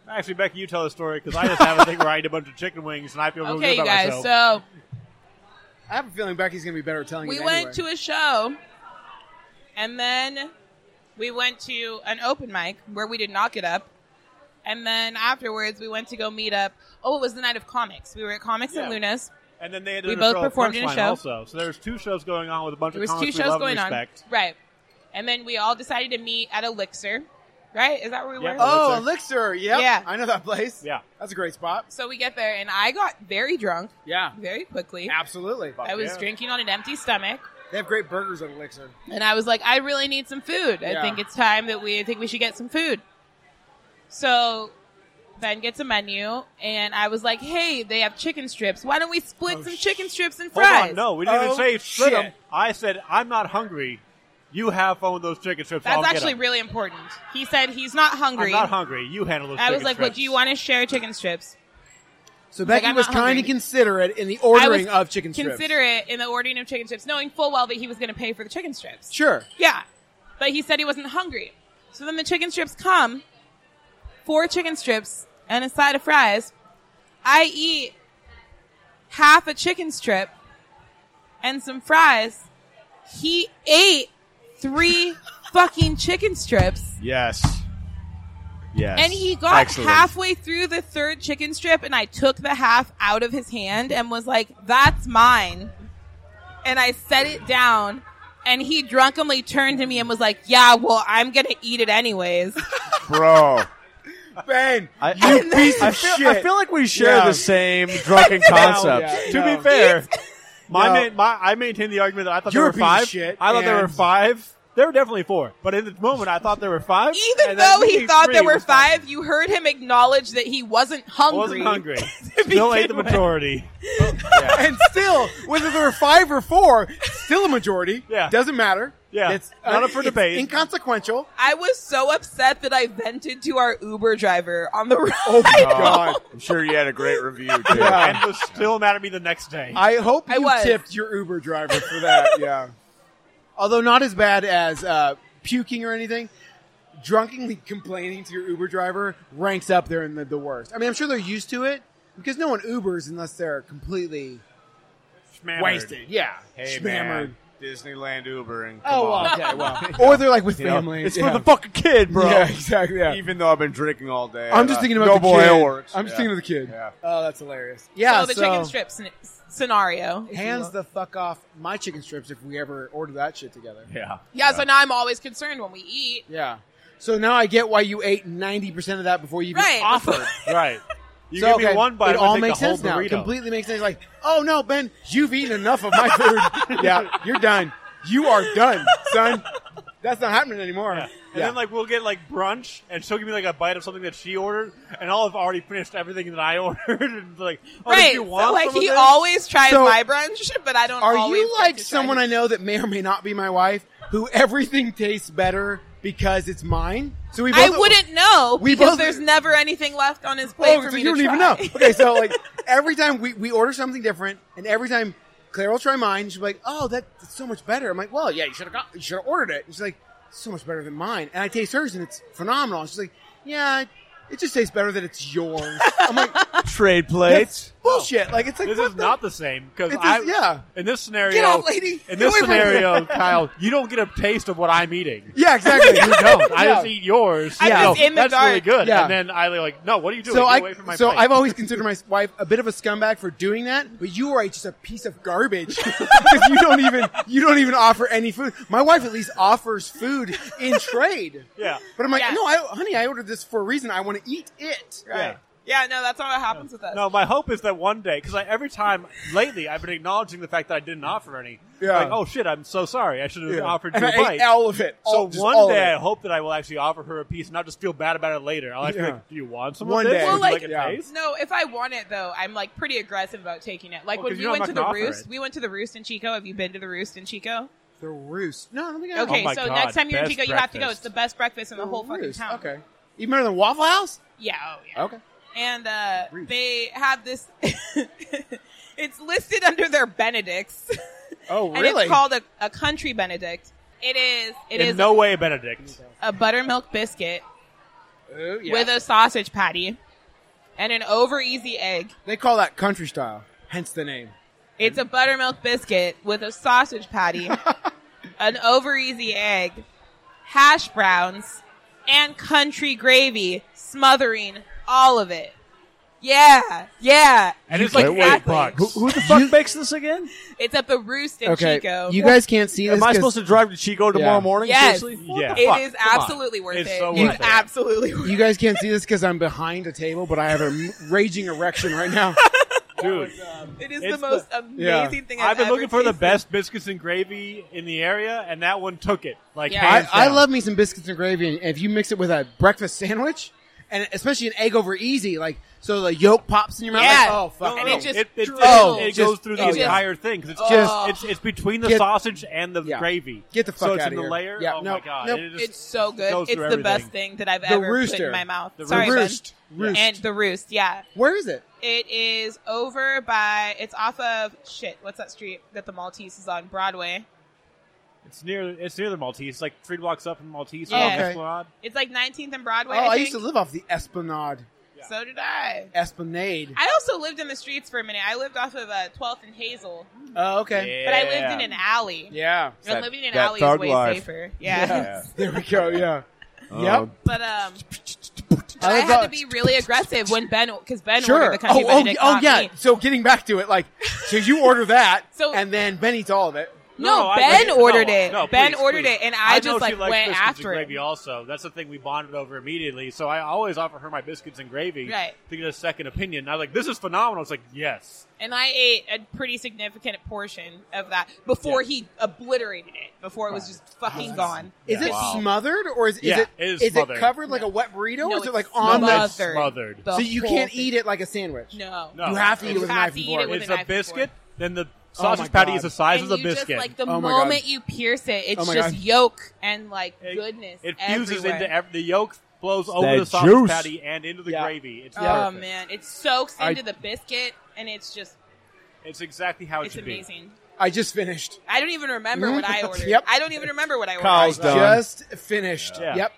Actually, Becky, you tell the story because I just have a thing where I eat a bunch of chicken wings and I feel real Okay, good you about guys. myself. So I have a feeling Becky's going to be better at telling we it went anyway. to a show, and then we went to an open mic where we did not get up. And then afterwards, we went to go meet up. Oh, it was the night of comics. We were at Comics Yeah. and Luna's. and then they had We another both show at performed in a Punchline show. Also, so there's two shows going on with a bunch There of was two comics we shows love going and on, respect. right? And then we all decided to meet at Elixir, right? Is that where we Yep, were? Oh, Elixir. Yep. Yeah. I know that place. Yeah. That's a great spot. So we get there, and I got very drunk. Yeah. Very quickly. Absolutely. I was drinking on an empty stomach, They have great burgers at Elixir. and I was like, I really need some food. I Yeah. think it's time that we I think we should get some food. So Ben gets a menu, and I was like, Hey, they have chicken strips. Why don't we split some chicken strips and Oh, Hold fries? on, no, we didn't even Oh, say split 'em. shit. I said I'm not hungry. You have fun with those chicken strips. I'll That's get actually 'em." really important. He said he's not hungry. I'm not hungry. You handle those. I was chicken like, strips. "What do you want to share chicken strips?" So He's like, Becky "I'm was not kind hungry." of considerate in the ordering I was of chicken strips. Considerate in the ordering of chicken strips, knowing full well that he was going to pay for the chicken strips. Sure. Yeah. But he said he wasn't hungry. So then the chicken strips come, four chicken strips and a side of fries. I eat half a chicken strip and some fries. He ate three fucking chicken strips. Yes. Yes. And he got Excellent. halfway through the third chicken strip, and I took the half out of his hand and was like, "That's mine." And I set it down, and he drunkenly turned to me and was like, "Yeah, well, I'm gonna eat it anyways." Bro. Ben, I, you piece I of feel, shit. I feel like we share Yeah. the same drunken concepts. Yeah, to no. be fair, My, No. main, my I maintain the argument that I thought You're there a piece were of five. shit, I thought there were and- five. There were definitely four, but in the moment I thought there were five. Even and that though he me thought there three were was fine. five, you heard him acknowledge that he wasn't I hungry. wasn't hungry. Still ate the majority. and still, whether there were five or four, still a majority. Yeah. Doesn't matter. Yeah. It's uh, Not up for it's debate. inconsequential. I was so upset that I vented to our Uber driver on the road. Oh Oh, I'm sure you had a great review, too. and was still mad at me the next day. I hope I you was. tipped your Uber driver for that. yeah. Although not as bad as uh, puking or anything, drunkenly complaining to your Uber driver ranks up there in the, the worst. I mean, I'm sure they're used to it because no one Ubers unless they're completely. Wasted, yeah. Hey, Shmammered. man. Disneyland Ubering. Oh, Come well, on. okay, well. Or they're, like, with You know, family, it's yeah. for the fucking kid, bro. Yeah, exactly, yeah. Even though I've been drinking all day. I'm just uh, thinking about no the boy, kid. It works. I'm just Yeah. thinking of the kid. Yeah. Oh, that's hilarious. Yeah, So the so- chicken strip sn- scenario. if you Hands will. the fuck off my chicken strips if we ever order that shit together. Yeah. yeah. So now I'm always concerned when we eat. Yeah. So now I get why you ate 90% of that before you even Right. offered. right. You So, give me okay, one bite. It I'm gonna all take makes the whole sense now. It burrito. completely makes sense. Like, oh no, Ben, you've eaten enough of my food. yeah, you're done. You are done, son. That's not happening anymore. Yeah. And then like we'll get like brunch, and she'll give me like a bite of something that she ordered, and I'll have already finished everything that I ordered. And like, oh, did right. you so want like some of he this? always tries So- my brunch, but I don't. are always you like someone I know that may or may not be my wife, who everything tastes better because it's mine? So we both I wouldn't know we because both- there's never anything left on his plate Oh, for so me you to don't even try. know. Okay, so like every time we, we order something different, and every time Claire will try mine, she'll be like, "Oh, that, that's so much better." I'm like, "Well, yeah, you should have got, you should have ordered it." And she's like, "So much better than mine." And I taste hers, and it's phenomenal. And she's like, "Yeah, it just tastes better that it's yours." I'm like, Trade plates. "Bullshit!" Like it's like This what is the- not the same because It's I just- yeah. in this scenario, Get out, lady. in Get this away from me. scenario, Kyle, you don't get a taste of what I'm eating. Yeah, exactly. you don't. I Yeah. just eat yours. I'm Yeah. just No, in the that's really dark. good. Yeah. And then I like, no, what are you doing? So Get I away from my so plate. I've always considered my wife a bit of a scumbag for doing that, but you are just a piece of garbage because you don't even you don't even offer any food. My wife at least offers food in trade. Yeah. But I'm like, Yeah. no, I, honey, I ordered this for a reason. I want to eat it. Right. Yeah. No, that's not what happens with us. No, my hope is that one day, because every time lately I've been acknowledging the fact that I didn't offer any. Yeah. Like, oh shit, I'm so sorry. I should have Yeah. offered And you I a ate bite. all of it. All- so just all one of day it. I hope that I will actually offer her a piece and not just feel bad about it later. I'll actually be Yeah. like, do you want some One of this? day. Would Well, you like- a yeah. taste? No, if I want it though, I'm like pretty aggressive about taking it. Like Well, when 'cause we you know I'm went not to the gonna offer roost, it. we went to the roost in Chico. Have you been to the roost in Chico? The roost. No, I don't think I Okay, my so God, next time you're in best Chico, you have to go. breakfast. It's the best breakfast in the, The whole fucking Roost, town. Okay. Even better than Waffle House. Yeah. Oh, yeah. Okay. and uh, Rude. they have this. it's listed under their Benedicts, Oh, and it's called a, a country Benedict. It is. It in is no way, Benedict. a buttermilk biscuit Oh, yeah. with a sausage patty and an over easy egg. they call that country style. Hence the name. It's a buttermilk biscuit with a sausage patty, an over easy egg, hash browns, and country gravy smothering all of it. Yeah, yeah. And it's like Wait, wait, eight Exactly. bucks. Who, who the fuck makes this again? It's at the Roost in Chico. You guys can't see this. Am I 'cause- supposed to drive to Chico tomorrow Yeah. morning? Yes. Seriously? Yeah. What the fuck? It is Come on. absolutely worth It's it. so it's worth it. absolutely worth You guys can't see this because I'm behind a table, but I have a m- raging erection right now. Dude. it. It is It's the most the- amazing Yeah. thing I've, I've been ever looking for the tasted. best biscuits and gravy in the area, and that one took it. Like, Yeah. hands I, I down. love me some biscuits and gravy, and if you mix it with a breakfast sandwich and especially an egg over easy, like so the yolk pops in your mouth. Yeah. Like, oh fuck! And it just it, it, oh, it just- goes through the oh, yeah. entire thing because it's Oh. just it's, it's between the Get- sausage and the gravy. Get the fuck so it's outta in the here. layer. Yeah, Oh no, my god, no. it is- It's so good. goes It's the through best everything. thing that I've The ever put rooster. in my mouth. The Sorry, roost. Ben. Roost. And the roost, yeah. Where is it? It is over by. It's off of shit. What's that street that the Maltese is on? Broadway. It's near it's near the Maltese, like three blocks up from Maltese. Yeah. on the Okay. Esplanade. It's like 19th and Broadway. oh, I, I, used to think. live off the Esplanade. So did I. Esplanade. I also lived in the streets for a minute. I lived off of uh, 12th and Hazel, oh, okay. but I lived in an alley. Yeah. And living in an alley is way safer. Yeah. there we go. Yeah. Um, yep. But um, but I I, thought- had to be really aggressive when Ben, because Ben ordered Sure. the country oh, oh, benedict. oh, not yeah. me. So getting back to it, like, so you order that, So- and then Ben eats all of it. No, No, I- Ben no, ordered no, it. no, ben please, ordered please. it, and I, know just she like likes went biscuits after and it. gravy. Also, that's the thing we bonded over immediately. So I always offer her my biscuits and gravy Right. to get a second opinion. I was like, "This is phenomenal." I was like, "Yes." And I ate a pretty significant portion of that before he obliterated it. Before it was just fucking gone. Is it Wow. smothered or is, is Yeah, it, it is it smothered. covered like a wet burrito No, or is it it's like on the It's smothered. so you whole can't thing. eat it like a sandwich? No. You have to eat it with a knife and fork. It's a biscuit. Then the Oh my sausage patty God. is the size and of the you biscuit. Just, like the Oh my God. moment you pierce it, it's Oh my just God. yolk and like goodness. it fuses everywhere. into every, the yolk flows over that the sausage juice. patty and into the gravy. It's oh perfect. man, it soaks I- into the biscuit, and it's just It's exactly how it it's should be. amazing. I just finished. I don't even remember what I ordered. Yep. I don't even remember what I ordered. Kyle's I done. Just finished. Yeah. Yep.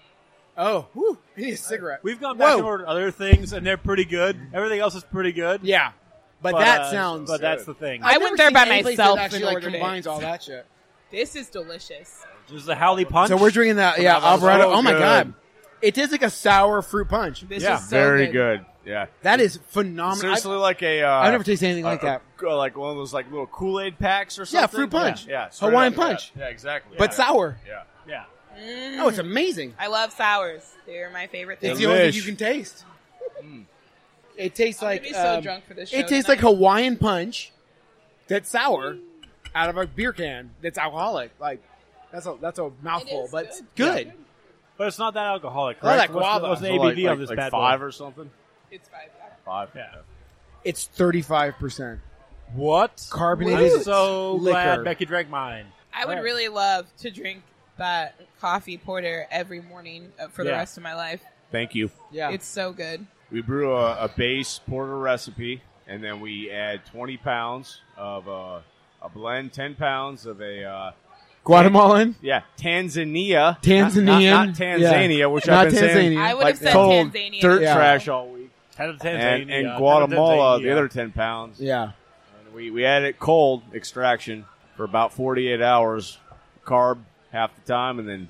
Oh, whew, I need a cigarette. We've gone back Whoa. and ordered other things, and they're pretty good. Everything else is pretty good. Yeah, but, uh, that sounds. But that's the thing. I I've never went there seen by any place myself That actually and like ordered it. combines all that shit. This is delicious. This is the Howley Punch. So we're drinking that. Yeah, That was Alvarado. so Oh my good. god, it tastes like a sour fruit punch. This yeah, is so very good. good. Yeah. That is phenomenal. Seriously, like a. Uh, I've never tasted anything like a- that. a- like one of those like little Kool Aid packs or something. Yeah, fruit punch. Yeah, yeah, straight Hawaiian up, punch. Yeah, yeah, exactly. But Yeah. sour. Yeah. Yeah. Oh, it's amazing. I love sours. They're my favorite thing. It's the only thing Delish. you can taste. It tastes I'm gonna like be so um, drunk for this show it tastes like tonight. Hawaiian punch that's sour out of a beer can that's alcoholic. Like that's a that's a mouthful, is but it's good. good. But it's not that alcoholic. I like correct? What's guava. the, what's the So ABV like, on like- this like bad five boy? or something. It's five. Five. Yeah. It's thirty five percent What? carbonated. I'm so liquor. glad Becky drank mine. I would Right. really love to drink that coffee porter every morning uh, for the Yeah. rest of my life. Thank you. Yeah, It's so good. We brew a, a base porter recipe, and then we add 20 pounds of uh, a blend, 10 pounds of a uh, Guatemalan. yeah Tanzania, Tanzanian. not, not, not Yeah. Tanzania, which Not I've been saying Tanzania. I would like have said total Tanzania. dirt Yeah. trash all week, Ten of and, Tanzania, and ten of Guatemala, Tanzania. the other 10 pounds. Yeah, And we we had it cold extraction for about 48 hours, carb half the time, and then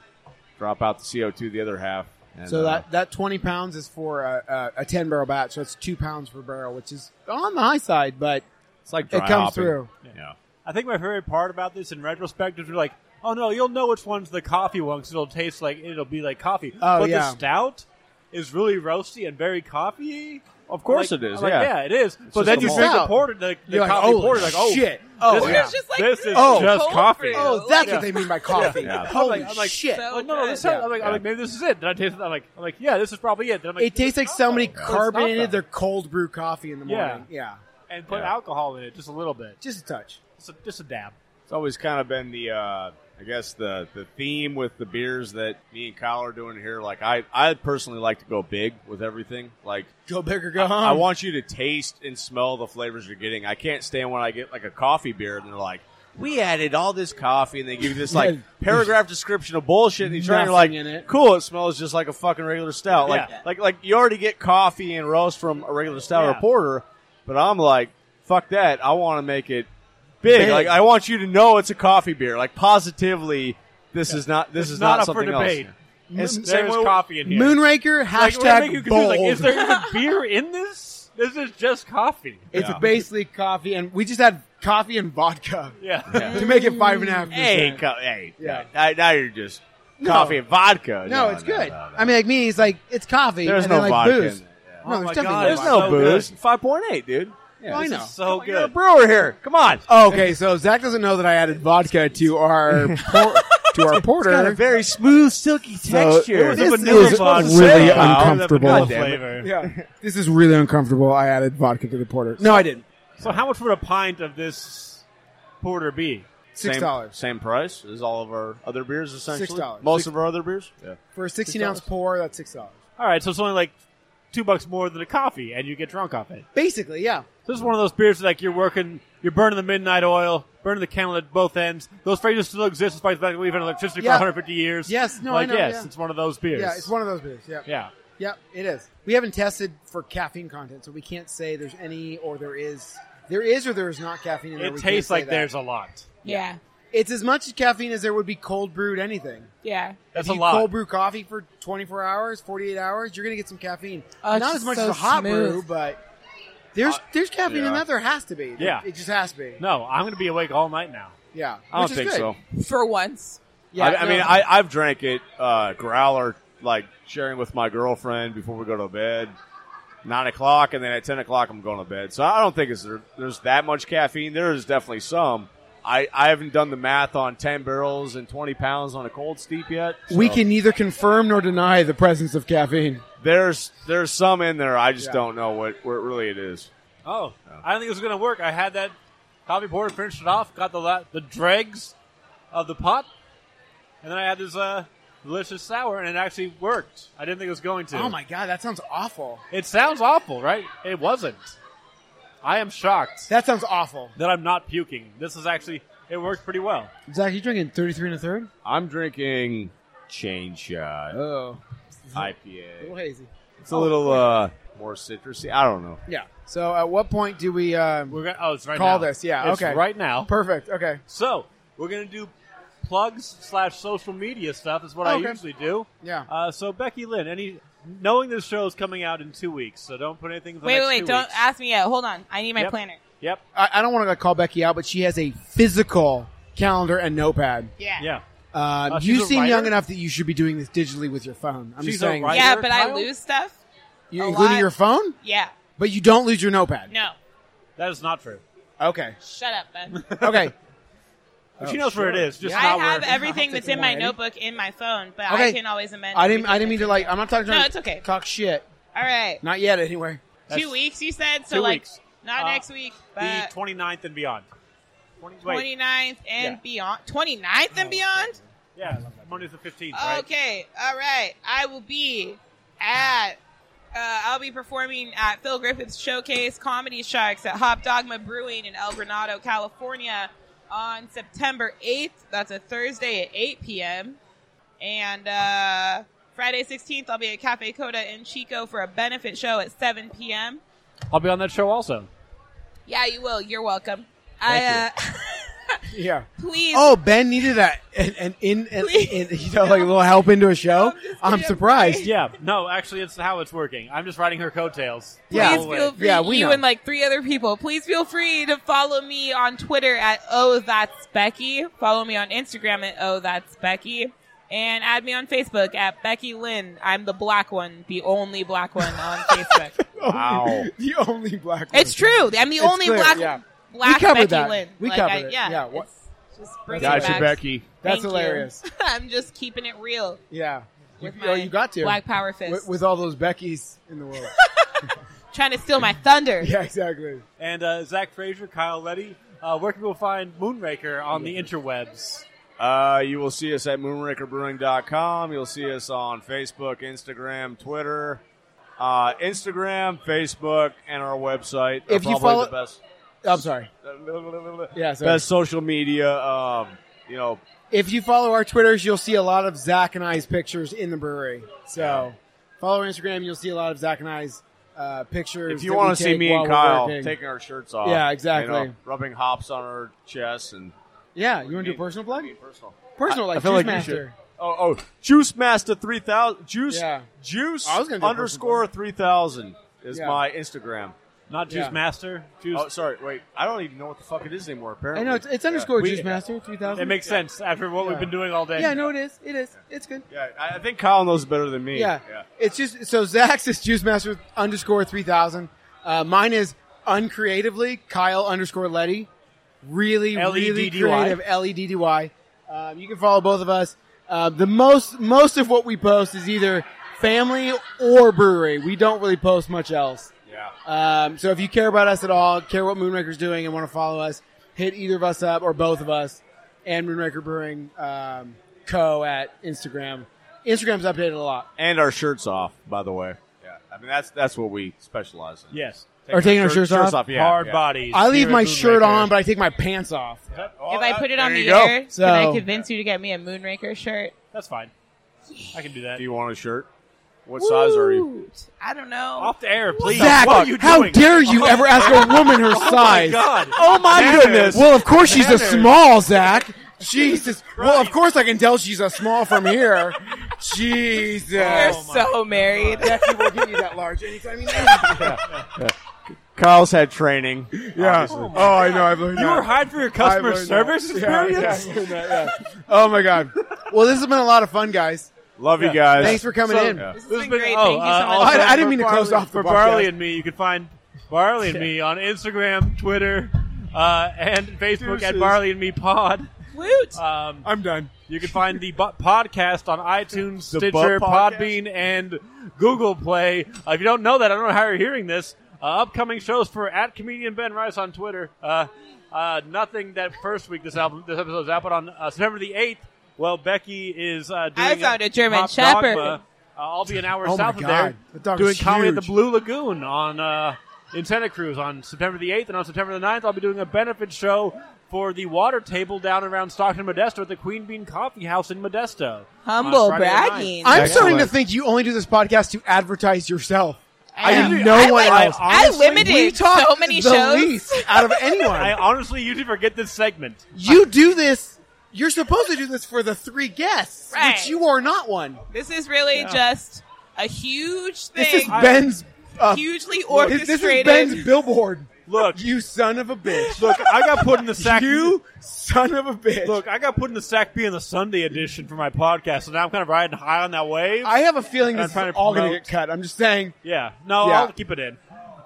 drop out the CO2 the other half. And, so uh, that that twenty pounds is for a, a, a ten barrel batch, so it's two pounds per barrel, which is on the high side, but it's like it dry comes hopping. through. Yeah. I think my favorite part about this in retrospect is we're like, oh no, you'll know which one's the coffee one because it'll taste like it'll be like coffee. Oh, but yeah. the stout is really roasty and very coffee. Of course it is, Like, yeah. yeah, it is. but just then a you malt. drink the Stout. porter, the, the You're like, coffee "Holy porter, like, oh shit." Oh, This this is is, just like this is Oh. just cold coffee. brew. Oh, that's Yeah. what they mean by coffee. Yeah. I'm Holy I'm like, shit! So like, no, no, good. this sounds- I'm, like, I'm Yeah. like, maybe this is it. Did I taste it? I'm like, I'm like, yeah, this is probably it. Then I'm like, it tastes like somebody But it's not, carbonated though. their cold brew coffee in the Yeah. morning. Yeah, and put Yeah. alcohol in it just a little bit, just a touch. just a, just a dab. It's always kind of been the, uh, I guess the the theme with the beers that me and Kyle are doing here. Like I, I personally like to go big with everything. Like Go big or go home. I want you to taste and smell the flavors you're getting. I can't stand when I get like a coffee beer and they're like, we added all this coffee and they give you this like Yeah. paragraph description of bullshit and you try and you're like, Nothing in it. cool, it smells just like a fucking regular stout. Like, Yeah. like, like you already get coffee and roast from a regular stout or Yeah. a porter, but I'm like, fuck that. I want to make it big. Big. Like, I want you to know it's a coffee beer. Like, positively, this is not, this It's is not, not up for something debate. else. There's It's the same way- coffee in here. Moonraker Like, we're making you hashtag confused, bold. like, is there even beer in this? This is just coffee. it's Yeah. basically coffee, and we just had coffee and vodka Yeah. to make it five and a half. Hey, percent. co- hey, Yeah. now, now you're just coffee and vodka. no, it's good. no, no. I mean, like me, it's like it's coffee. There's and no then, like, vodka Booze. in it, yeah. No, Oh there's my definitely God, no there's it's no vodka. so booze. good. Five point eight, dude. Oh, I this know. is So You're a good. brewer here. Come on. Oh, okay, so Zach doesn't know that I added vodka to our por- to our porter. got a very smooth, silky texture. It was a vanilla vodka really uh, flavor. uncomfortable. God damn it. Flavor. Yeah. this is really uncomfortable. I added vodka to the porter. No, I didn't. So how much would a pint of this porter be? Six Same- dollars. Same price as all of our other beers, essentially. Six dollars. Most Six- of our other beers. Yeah. For a 16 ounce pour, that's six dollars. All right, so it's only like two bucks more than a coffee, and you get drunk off it. Basically, yeah. This is one of those beers that, like you're working, you're burning the midnight oil, burning the candle at both ends. Those phrases still exist despite the fact that we've had electricity Yeah. for 150 years. Yes, no, I like know, yes, yeah. it's one of those beers. Yeah, it's one of those beers. Yeah. Yeah. Yep, it is. We haven't tested for caffeine content, so we can't say there's any or there is. There is or there is not caffeine in there. It We can't tastes say like that. there's a lot. Yeah. It's as much caffeine as there would be cold brewed anything. Yeah. That's if a you lot. Cold brew coffee for 24 hours, 48 hours, you're going to get some caffeine. Oh, it's Not just as much so as a hot smooth. brew, but Uh, there's there's caffeine yeah. in that. There has to be. Yeah. it, just has to be. No, I'm going to be awake all night now. Yeah, I don't Which is think good. so. For once. I, I mean, I, I've drank it uh, growler, like sharing with my girlfriend before we go to bed, nine o'clock, and then at ten o'clock I'm going to bed. So I don't think it's there, there's that much caffeine. There is definitely some. I, I haven't done the math on ten barrels and twenty pounds on a cold steep yet. We so can neither confirm nor deny the presence of caffeine. There's there's some in there. I just Yeah. don't know what where really it is. Oh, I don't think it was going to work. I had that coffee porter, finished it off, got the la- the dregs of the pot, and then I had this uh, delicious sour, and it actually worked. I didn't think it was going to. Oh my god, that sounds awful. It sounds awful, right? It wasn't. I am shocked. That sounds awful. That I'm not puking. This is actually it worked pretty well. Zach, you drinking 33 and a third? I'm drinking chain shot Oh, a IPA. little hazy. It's a little uh, more citrusy. I don't know. Yeah. So at what point do we um, We're gonna oh, it's right call now. this? Yeah. It's okay. right now. Perfect. Okay. So we're gonna do plugs slash social media stuff is what I Okay. usually do. Yeah. Uh, so Becky Lynn, any knowing this show is coming out in two weeks, so don't put anything. For the Wait, next wait, two wait. Don't weeks. ask me yet. Hold on. I need my Yep. planner. Yep. I, I don't want to call Becky out, but she has a physical calendar and notepad. Yeah. Yeah. Um, Uh, she's you a seem young writer? enough that you should be doing this digitally with your phone. I'm She's just a saying, writer, Yeah, but I Kyle? lose stuff. you A including lot. your phone, Yeah. but you don't lose your notepad. No. That is not true. Okay. Shut up, Ben. Okay. Oh, But she knows where it is. Just I not have where. everything that's in my Alrighty. notebook in my phone, but I Okay. can always amend. I didn't. everything I didn't mean to like. I'm not talking. No, trying to it's okay. Talk shit. All right. Not yet, anyway. two weeks, you said? So, two like, weeks. not Uh, next week, the but 29th and beyond. 20, wait, 29th Yeah. and beyond. 29th and beyond? yeah, Monday's the 15th, right? Oh, Okay, all right. I will be at. Uh, I'll be performing at Phil Griffith's Showcase Comedy Sharks at Hop Dogma Brewing in El Granado, California, on September 8th. That's a Thursday at 8 p.m. And uh, Friday 16th, I'll be at Cafe Coda in Chico for a benefit show at 7 p.m. I'll be on that show also. Yeah, you will. You're welcome. I uh, Yeah. please. Oh, Ben needed that an, an in, an, in you know like a little help into a show. I'm, surprised. Yeah, no, actually, it's how it's working. I'm just riding her coattails. Yeah. Please feel free, Yeah, we you know. and like three other people, please feel free to follow me on Twitter at Oh That's Becky. Follow me on Instagram at Oh That's Becky. And add me on Facebook at Becky Lynn. I'm the black one, the only black one on Facebook. Wow. the only black. one. It's true. I'm the It's only clear, black, yeah. black We covered Becky that. Lynn. We Like, covered I- it. Yeah. Yeah, what- it's Just bring it Gotcha, back. Becky. That's Thank you. hilarious. I'm just keeping it real. Yeah. With you, oh, my you got to black power fist. with, with all those Beckys in the world. Trying to steal my thunder. yeah, exactly. And uh, Zach Frazier, Kyle Letty, uh, where can people find Moonraker on the interwebs? Uh, you will see us at moonrakerbrewing.com. You'll see us on Facebook, Instagram, Twitter, uh, Instagram, Facebook, and our website. are If you probably follow- the best, I'm sorry. Yeah, sorry. best social media. Um, you know, If you follow our Twitters, you'll see a lot of Zach and I's pictures in the brewery. So follow our Instagram, you'll see a lot of Zach and I's uh, pictures. if you want want to see me and Kyle taking our shirts off, Yeah, you exactly. know, rubbing hops on our chests and yeah, you want to do a personal plug? personal. Personal, I- like I feel Juice like you Master. Oh, oh, Juice Master three thousand. Juice, Yeah. Juice I was gonna do a personal underscore three thousand is Yeah. my Instagram. Not Juice Yeah. Master. Juice. Oh, sorry. Wait, I don't even know what the fuck it is anymore. I Apparently, know it's, it's Yeah. underscore We- Juice Master three thousand. it makes sense after what Yeah. we've been doing all day. Yeah, no, it is. It is. It's good. Yeah, I I think Kyle knows better than me. Yeah. It's just so Zach's is Juice Master underscore three thousand. Uh, mine is uncreatively Kyle underscore Letty. Really, really L-E-D-D-Y? creative L E D D Y. Um, you can follow both of us. Uh, the most most of what we post is either family or brewery. We don't really post much else. Yeah. Um, so if you care about us at all, care what Moonraker's doing, and want to follow us, hit either of us up or both of us and Moonraker Brewing um, Co at Instagram. Instagram's updated a lot. And our shirts off, by the way. Yeah, I mean that's that's what we specialize in. Yes, Or taking our shirts off? yeah, Hard yeah. bodies. I leave my shirt on, but I take my pants off. if Oh, I put it on Oh, there the you go. air, can I So- convince you to get me a Moonraker shirt? That's fine. I can do that. Do you want a shirt? What size are you? I don't know. Off the air, please. Zach, what are you how doing? dare you ever ask a woman her size? God. Oh my Manners. goodness. Well, of course she's a Manners. small, Zach. Jesus. Well, of course I can tell she's a small from here. Jesus. We're so married. Jackie will give you that large anytime you need. Kyle's had training. Yeah. obviously. Oh, I know. I've learned You that. were hired for your customer I've learned service that. Yeah, experience? yeah, I've learned that, yeah. Oh my god. Well, this has been a lot of fun, guys. Love Yeah. you guys. Thanks for coming So- in. Yeah. This has been Oh, great. Thank you so uh, much. also I- I didn't for mean to close Barley- off the for Barley podcast. and me. You can find Barley and me on Instagram, Twitter, uh, and Facebook at Deuces. Barley and Me Pod. Woot! Um, I'm done. you can find the bu- podcast on iTunes, The Stitcher, butt podcast? Podbean, and Google Play. Uh, if you don't know that, I don't know how you're hearing this. Uh, upcoming shows for at comedian Ben Rice on Twitter. Uh, uh, nothing that first week this album this episode is out, but on uh, September the eighth, well Becky is uh, doing I found a German Pop Shepherd. Dogma. Uh, I'll be an hour Oh my south of God. there That dog doing is comedy at the huge. Blue Lagoon on uh, in Santa Cruz on September the 8th and on September the 9th I'll be doing a benefit show for the water table down around Stockton Modesto at the Queen Bean Coffee House in Modesto. on Humble Friday the bragging. 9th. I'm Excellent. starting to think you only do this podcast to advertise yourself. I Yeah. didn't know I one like- else. I Honestly, limited we talked so many the shows. least out of I anyone. honestly usually forget this segment. you do this. You're supposed to do this for the three guests, Right. which you are not one. This is really just a huge thing. This is Ben's. Uh, hugely this, orchestrated. this is Ben's billboard. Look, You son of a bitch. look, I got put in the sack. You son of a bitch. Look, I got put in the sack being the Sunday edition for my podcast, so now I'm kind of riding high on that wave. I have a feeling I'm this is trying to all going to promote- get cut. I'm just saying. yeah, no, Yeah. I'll keep it in.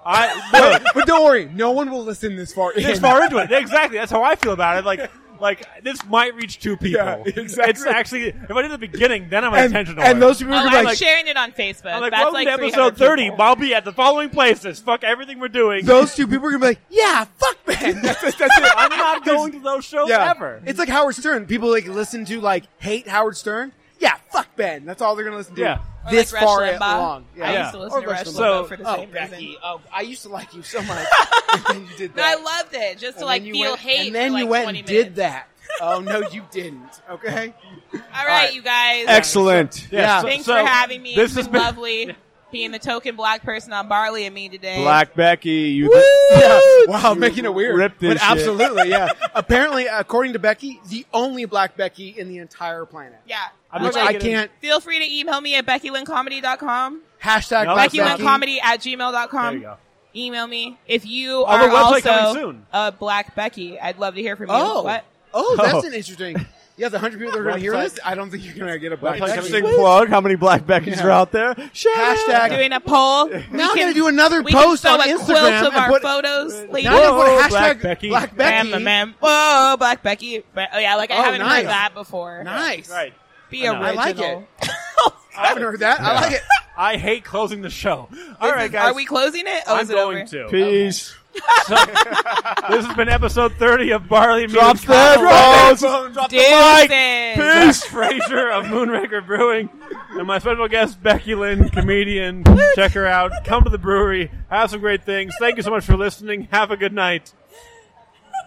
I But, but don't worry, no one will listen this far. this in. far into it. Exactly. That's how I feel about it. Like, like this might reach two people. Yeah, exactly. It's actually if I did it at the beginning, then I'm an and, attention and those people Oh, are I'm gonna be like, sharing it on Facebook. I'm like, That's welcome like to 300 episode 30. people. I'll be at the following places. Fuck everything we're doing. those two people are gonna be like, yeah, fuck Ben. That's, that's it. I'm not going to those shows yeah. ever. It's like Howard Stern. People like listen to like hate Howard Stern. Yeah, fuck Ben. That's all they're gonna listen to. Yeah. Or This like Rush far Limbaugh. along. I Yeah. used to listen Or to Rush Rush Limbaugh. Limbaugh for the Oh, same reason. Becky. Oh, I used to like you so much. and you did No, I that. loved it just to And like then you feel went- hate. And then for, you like, went 20 and did minutes. that. Oh no, you didn't. Okay. All right, right. you guys. Excellent. Yeah. Thanks So- for having me. This has It's been been- lovely being the token black person on Barley and me today. Black Becky, you Yeah. Wow, making it weird. ripped this but shit. absolutely, yeah. Apparently, according to Becky, the only black Becky in the entire planet. Yeah. I'm Which not I gonna- can't. Feel free to email me at BeckyLynnComedy.com. Hashtag No, black Becky Lynn Becky. BeckyLynnComedy at gmail.com. There you go. Email me. If you I have a are website coming also soon. a black Becky, I'd love to hear from you. Oh, What? oh, Oh. that's an interesting. Yeah, the hundred people that are going to hear Website. this, I don't think you're going to get a black Website Becky. Interesting plug. How many Black Beckys Yeah. are out there? Shout out. Hashtag. Doing a poll. We now I'm can- going to do another we can post sew on a Instagram. quilt of and our put- photos later. now I'm going to Whoa, put Black hashtag Becky. black Becky. Bam, bam. Whoa, Black Becky. But, oh yeah, like I Oh, haven't nice. heard that before. Nice. Right. Be I know. I original. like it. I haven't heard that. I like it. I hate closing the show. All right, guys. Are we closing it? Oh, I'm is it going over? to. Peace. So, this has been episode 30 of Barley and Me Drops with the Kyle headphones. Drop the mic. Deuces. Zach Frazier of Moonraker Brewing, and my special guest Becky Lynn, comedian. Check her out. Come to the brewery. Have some great things. Thank you so much for listening. Have a good night.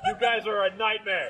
You guys are a nightmare.